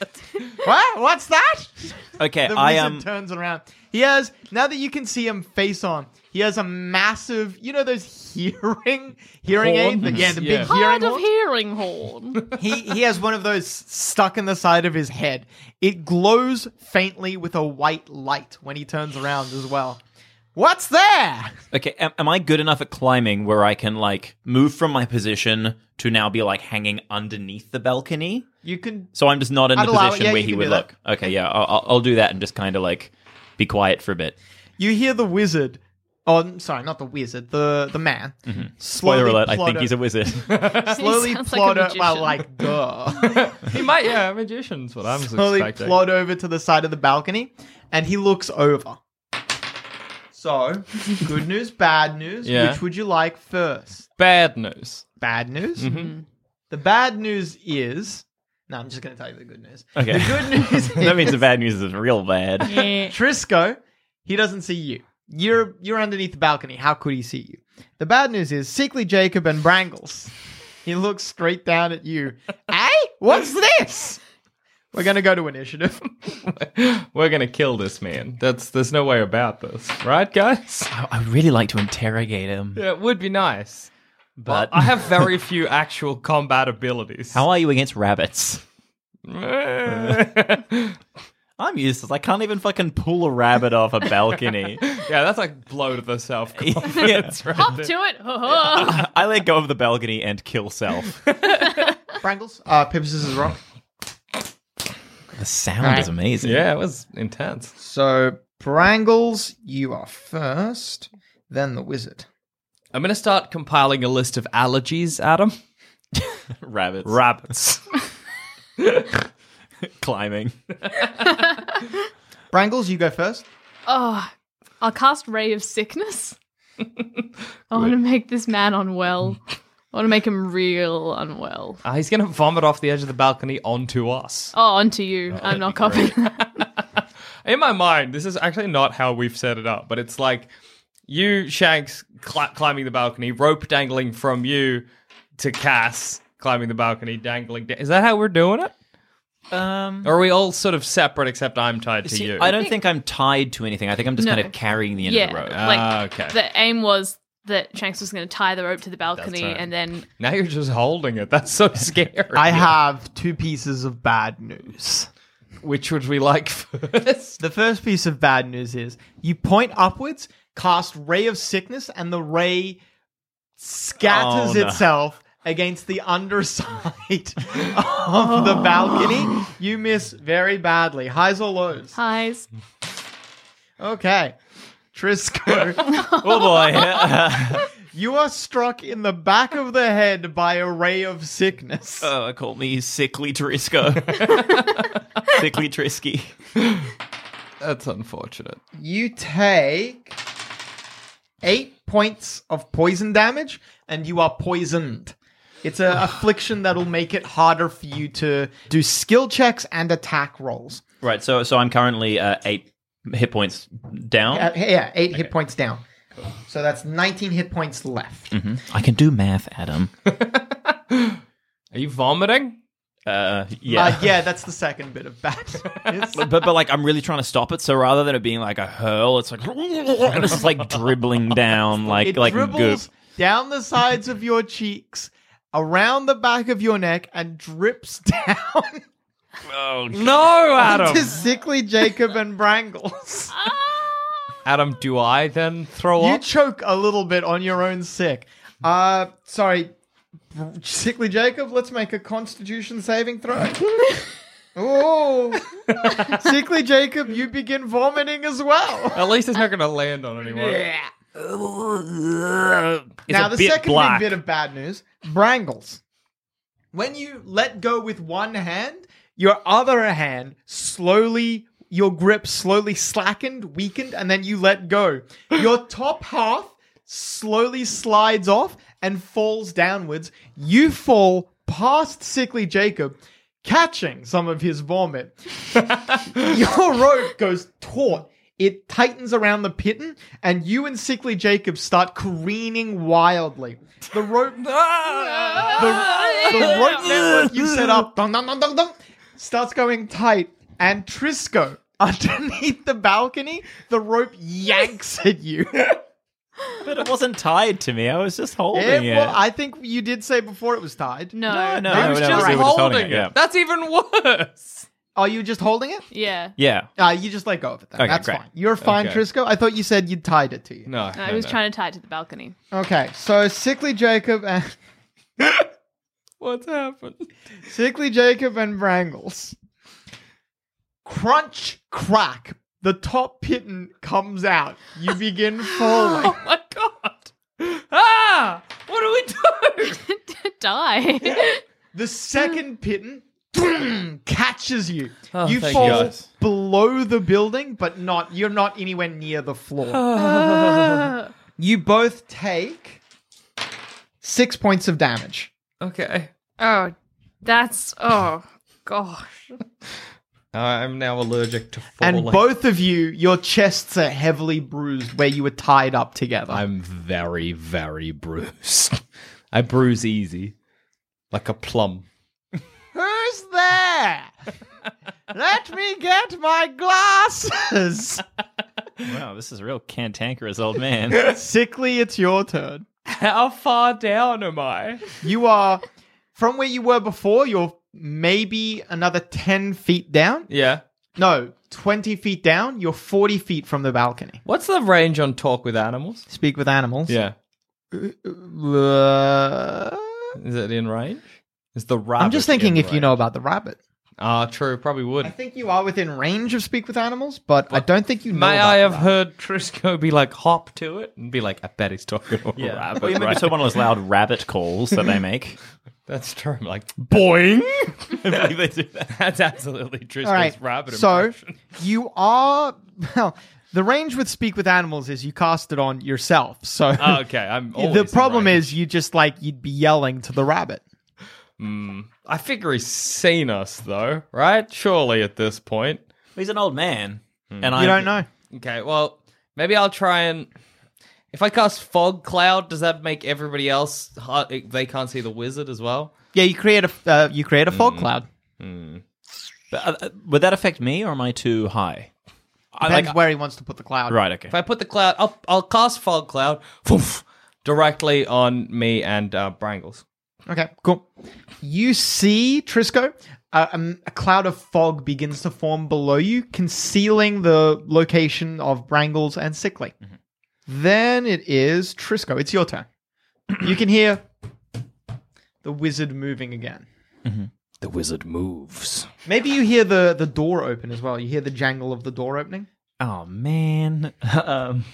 Speaker 3: what? What's that?
Speaker 2: Okay,
Speaker 3: The
Speaker 2: I
Speaker 3: wizard
Speaker 2: um,
Speaker 3: turns around. He has now that you can see him face on. He has a massive, you know, those hearing hearing aids.
Speaker 5: Horns?
Speaker 3: Yeah, the
Speaker 5: Yeah.
Speaker 3: big
Speaker 6: Hard
Speaker 3: hearing.
Speaker 6: of
Speaker 3: horn.
Speaker 6: hearing horn.
Speaker 3: he he has one of those stuck in the side of his head. It glows faintly with a white light when he turns around as well. What's there?
Speaker 2: okay. Am, am I good enough at climbing where I can like move from my position to now be like hanging underneath the balcony?
Speaker 3: You can
Speaker 2: So I'm just not in
Speaker 3: I'd
Speaker 2: the
Speaker 3: allow it.
Speaker 2: position
Speaker 3: Yeah,
Speaker 2: where
Speaker 3: you
Speaker 2: he
Speaker 3: can
Speaker 2: would
Speaker 3: do that.
Speaker 2: look. Okay, yeah, I'll, I'll- I'll do that and just kind of like be quiet for a bit.
Speaker 3: you hear the wizard. Oh, I'm sorry, not the wizard. The the man. Slowly
Speaker 2: Mm-hmm. Spoiler alert: I
Speaker 3: plod
Speaker 2: think he's a wizard.
Speaker 3: o- slowly
Speaker 6: He sounds like a
Speaker 3: plod o- well,
Speaker 6: magician.
Speaker 3: like duh.
Speaker 5: He might, yeah, magician's what I'm
Speaker 3: slowly
Speaker 5: expecting.
Speaker 3: plod over to the side of the balcony, and he looks over. So, good news, bad news.
Speaker 5: Yeah.
Speaker 3: Which would you like first?
Speaker 5: Bad news.
Speaker 3: bad news. The bad news is. No, I'm just going to tell you the good news.
Speaker 2: Okay.
Speaker 3: The good news
Speaker 2: that means
Speaker 3: is
Speaker 2: the bad news is real bad.
Speaker 6: yeah.
Speaker 3: Trisco, he doesn't see you. You're you're underneath the balcony. How could he see you? The bad news is Sickly Jacob and Brangles. He looks straight down at you. hey, what's this? We're going to go to initiative.
Speaker 5: We're gonna kill this man. That's there's no way about this, right, guys?
Speaker 2: I, I would really like to interrogate him.
Speaker 5: Yeah, it would be nice,
Speaker 2: But-
Speaker 5: but I have very few actual combat abilities.
Speaker 2: How are you against rabbits?
Speaker 5: yeah,
Speaker 2: I'm useless. I can't even fucking pull a rabbit off a balcony.
Speaker 5: that's like blow to the self confidence.
Speaker 2: Yeah.
Speaker 5: right
Speaker 6: Hop
Speaker 5: there.
Speaker 6: to it. Oh,
Speaker 2: I, I let go of the balcony and kill self.
Speaker 3: Brangles, uh, paper, scissors, rock.
Speaker 2: The sound
Speaker 3: Right.
Speaker 2: is amazing.
Speaker 5: Yeah, it was intense.
Speaker 3: So, Brangles, you are first, then the wizard.
Speaker 5: I'm gonna start compiling a list of allergies, Adam.
Speaker 2: Rabbits
Speaker 5: Rabbits.
Speaker 2: climbing.
Speaker 3: Brangles, you go first.
Speaker 6: oh, I'll cast Ray of Sickness. I want to make this man unwell. I want to make him real unwell.
Speaker 5: Uh, he's gonna vomit off the edge of the balcony onto us.
Speaker 6: Oh, onto you. I'm not copying that.
Speaker 5: In my mind, this is actually not how we've set it up, but it's like you, Shanks, cl- climbing the balcony, rope dangling from you to Cass climbing the balcony, dangling. Da- is that how we're doing it?
Speaker 2: Um,
Speaker 5: Or are we all sort of separate except I'm tied to you?
Speaker 2: I don't think I'm tied to anything. I think I'm just
Speaker 6: No.
Speaker 2: kind of carrying the end
Speaker 6: Yeah,
Speaker 2: of the rope.
Speaker 6: like
Speaker 5: Ah, okay.
Speaker 6: the aim was that Shanks was going to tie the rope to the balcony
Speaker 5: right.
Speaker 6: and then
Speaker 5: now you're just holding it. That's so scary.
Speaker 3: I have two pieces of bad news.
Speaker 5: Which would we like first?
Speaker 3: The first piece of bad news is you point upwards, cast Ray of Sickness, and the ray scatters
Speaker 2: Oh, no.
Speaker 3: itself against the underside of
Speaker 2: Oh.
Speaker 3: the balcony. You miss very badly. Highs or lows?
Speaker 6: ties.
Speaker 3: Okay. Trisco,
Speaker 2: Oh boy.
Speaker 3: you are struck in the back of the head by a ray of sickness.
Speaker 2: Uh, oh, call me Sickly Trisco. Sickly Trisky.
Speaker 5: That's unfortunate.
Speaker 3: You take eight points of poison damage, and you are poisoned. It's an affliction that'll make it harder for you to do skill checks and attack rolls.
Speaker 2: Right. So so I'm currently uh, eight hit points down.
Speaker 3: Uh, yeah, eight hit points down. So that's 19 hit points left. Uh,
Speaker 2: I can do math, Adam.
Speaker 5: Are you vomiting?
Speaker 2: Uh, yeah.
Speaker 3: Uh, yeah, that's the second bit of bad. news.
Speaker 2: But, but but like I'm really trying to stop it. So rather than it being like a hurl, it's like and it's like dribbling down like
Speaker 3: it
Speaker 2: like
Speaker 3: dribbles
Speaker 2: goop.
Speaker 3: down the sides of your cheeks, around the back of your neck, and drips down
Speaker 5: No, Adam.
Speaker 3: to Sickly Jacob and Brangles.
Speaker 5: Adam, do I then throw
Speaker 3: You
Speaker 5: up?
Speaker 3: choke a little bit on your own sick. Uh, sorry, Sickly Jacob. Let's make a Constitution saving throw. Oh, Sickly Jacob, you begin vomiting as well.
Speaker 5: At least it's not going to land on anyone.
Speaker 3: now
Speaker 2: a
Speaker 3: the
Speaker 2: bit
Speaker 3: second
Speaker 2: black.
Speaker 3: big bit of bad news, Brangles. When you let go with one hand, your other hand slowly your grip slowly slackened, weakened, and then you let go. Your top half slowly slides off and falls downwards. You fall past sickly Jacob, catching some of his vomit. your rope goes taut. It tightens around the pitten, and you and Sickly Jacob start careening wildly. The rope, the, the rope network you set up, dun, dun, dun, dun, dun, starts going tight, and Trisco, underneath the balcony, the rope yanks at you.
Speaker 2: But it wasn't tied to me. I was just holding
Speaker 3: Yeah,
Speaker 2: it.
Speaker 3: well, I think you did say before it was tied.
Speaker 6: No.
Speaker 2: no, no,
Speaker 5: I was
Speaker 2: no,
Speaker 5: just
Speaker 2: we were
Speaker 5: holding it.
Speaker 2: Yeah.
Speaker 5: That's even worse.
Speaker 3: Are you just holding it?
Speaker 6: Yeah.
Speaker 2: yeah.
Speaker 3: Uh, you just let go of it. Then.
Speaker 2: Okay,
Speaker 3: That's
Speaker 2: great.
Speaker 3: fine. You're fine,
Speaker 5: Okay.
Speaker 3: Trisco. I thought you said you tied it to you.
Speaker 5: No,
Speaker 6: I was trying to tie it to the balcony.
Speaker 3: Okay, so sickly Jacob and
Speaker 5: What's happened?
Speaker 3: sickly Jacob and Brangles. Crunch, crack. The top pitten comes out. You begin falling.
Speaker 5: Oh my god! Ah! What do we do?
Speaker 6: Die.
Speaker 3: The second pitten boom, catches you. you
Speaker 5: Oh, thank
Speaker 3: fall
Speaker 5: God.
Speaker 3: below the building, but not you're not anywhere near the floor.
Speaker 5: Ah.
Speaker 3: you both take six points of damage.
Speaker 5: okay.
Speaker 6: oh, that's oh gosh.
Speaker 5: Uh, I'm now allergic to
Speaker 3: And
Speaker 5: falling.
Speaker 3: both of you, your chests are heavily bruised where you were tied up together.
Speaker 5: I'm very, very bruised. I bruise easy, like a plum.
Speaker 3: Who's there? Let me get my glasses.
Speaker 2: Wow, this is a real cantankerous old man.
Speaker 3: Sickly, it's your turn.
Speaker 5: How far down am I?
Speaker 3: You are from where you were before, you're maybe another 10 feet down.
Speaker 5: Yeah.
Speaker 3: No, 20 feet down. You're 40 feet from the balcony.
Speaker 5: What's the range on talk with animals?
Speaker 3: Speak with animals.
Speaker 5: Yeah.
Speaker 3: Uh,
Speaker 5: Is it in range? Is the rabbit?
Speaker 3: I'm just thinking
Speaker 5: in
Speaker 3: if you
Speaker 5: range?
Speaker 3: know about the rabbit.
Speaker 5: Ah, true. Probably would.
Speaker 3: I think you are within range of speak with animals, but I don't think you know.
Speaker 5: May
Speaker 3: about
Speaker 5: I
Speaker 3: the
Speaker 5: have
Speaker 3: rabbit.
Speaker 5: heard Trisco be like hop to it and be like, I bet he's talking to a rabbit.
Speaker 2: Well, you maybe
Speaker 5: right?
Speaker 2: took one of those loud rabbit calls that they make.
Speaker 5: That's true. I'm like boing. That's absolutely Trisco's
Speaker 3: All right.
Speaker 5: rabbit
Speaker 3: so
Speaker 5: impression.
Speaker 3: you are well. The range with speak with animals is you cast it on yourself. So
Speaker 5: Ah, okay, I'm. always
Speaker 3: the
Speaker 5: in
Speaker 3: problem
Speaker 5: range.
Speaker 3: is you just like you'd be yelling to the rabbit.
Speaker 5: I figure he's seen us though, right? Surely at this point.
Speaker 2: He's an old man, and I
Speaker 3: You don't know.
Speaker 5: Okay, well, maybe I'll try and. If I cast fog cloud, does that make everybody else hard- they can't see the wizard as well?
Speaker 3: Yeah, you create a uh, you create a fog
Speaker 5: Mm.
Speaker 3: cloud.
Speaker 2: But, uh, uh, would that affect me, or am I too high? I
Speaker 3: Depends
Speaker 2: like
Speaker 3: where he wants to put the cloud.
Speaker 2: right. Okay.
Speaker 5: If I put the cloud, I'll, I'll cast fog cloud poof, directly on me and uh, Brangles.
Speaker 3: Okay. Cool. You see Trisco. Uh, um, a cloud of fog begins to form below you, concealing the location of Brangles and Sickly. Then it is Trisco. It's your turn. you can hear the wizard moving again.
Speaker 4: The wizard moves.
Speaker 3: Maybe you hear the, the door open as well. You hear the jangle of the door opening.
Speaker 2: Oh man. um,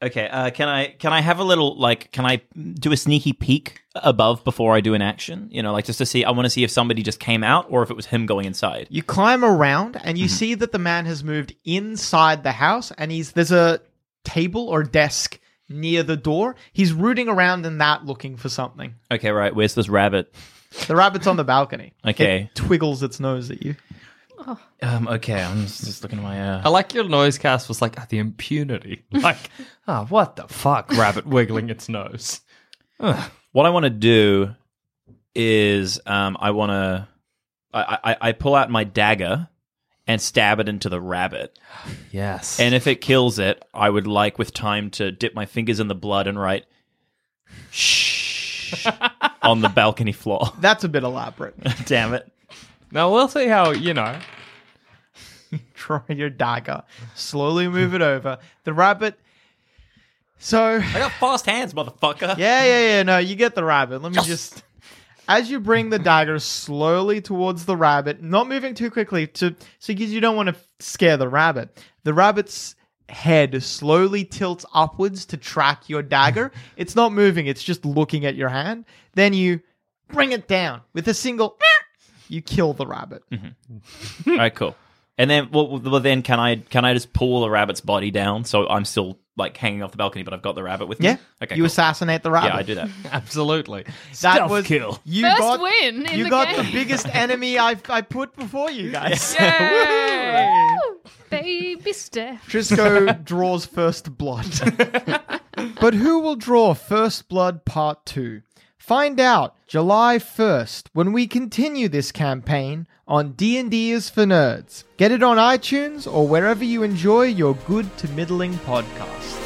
Speaker 2: Okay, uh, can I can I have a little like can I do a sneaky peek above before I do an action? You know, like just to see I want to see if somebody just came out or if it was him going inside.
Speaker 3: You climb around and
Speaker 2: Mm-hmm.
Speaker 3: you see that the man has moved inside the house and he's there's a table or desk near the door. He's rooting around in that looking for something.
Speaker 2: Okay, right. Where's this rabbit?
Speaker 3: The rabbit's on the balcony.
Speaker 2: Okay.
Speaker 3: It twiggles its nose at you.
Speaker 2: Um, okay, I'm just, just looking at my. Uh...
Speaker 5: I like your noise cast was like ah, the impunity. Like, ah, what the fuck, rabbit wiggling its nose.
Speaker 2: What I want to do is um, I want to I, I I pull out my dagger and stab it into the rabbit,
Speaker 5: Yes.
Speaker 2: and if it kills it, I would like with time to dip my fingers in the blood and write shh on the balcony floor.
Speaker 3: That's a bit elaborate.
Speaker 2: Damn it.
Speaker 5: now we'll see how you know.
Speaker 3: Try your dagger. Slowly move it over. The rabbit So
Speaker 2: I got fast hands, motherfucker.
Speaker 3: Yeah, yeah, yeah. No, you get the rabbit. Let me just. As you bring the dagger slowly towards the rabbit, not moving too quickly, to so because you don't want to scare the rabbit. The rabbit's head slowly tilts upwards to track your dagger. It's not moving; it's just looking at your hand. Then you bring it down with a single. You kill the rabbit.
Speaker 2: Mm-hmm. All right, cool. And then, well, well, then can I can I just pull the rabbit's body down so I'm still like hanging off the balcony, but I've got the rabbit with me?
Speaker 3: Yeah,
Speaker 2: Okay.
Speaker 3: you
Speaker 2: cool.
Speaker 3: assassinate the rabbit.
Speaker 2: yeah, I do that.
Speaker 5: Absolutely.
Speaker 3: That
Speaker 4: Stealth
Speaker 3: was
Speaker 4: kill.
Speaker 3: You
Speaker 6: First
Speaker 3: got,
Speaker 6: win in
Speaker 3: you
Speaker 6: the
Speaker 3: got
Speaker 6: game.
Speaker 3: the biggest enemy I I put before you guys.
Speaker 6: Yay! Baby step.
Speaker 3: Trisco draws first blood. but who will draw first blood part two? Find out July 1st when we continue this campaign on D&D is for Nerds. Get it on iTunes or wherever you enjoy your good to middling podcasts.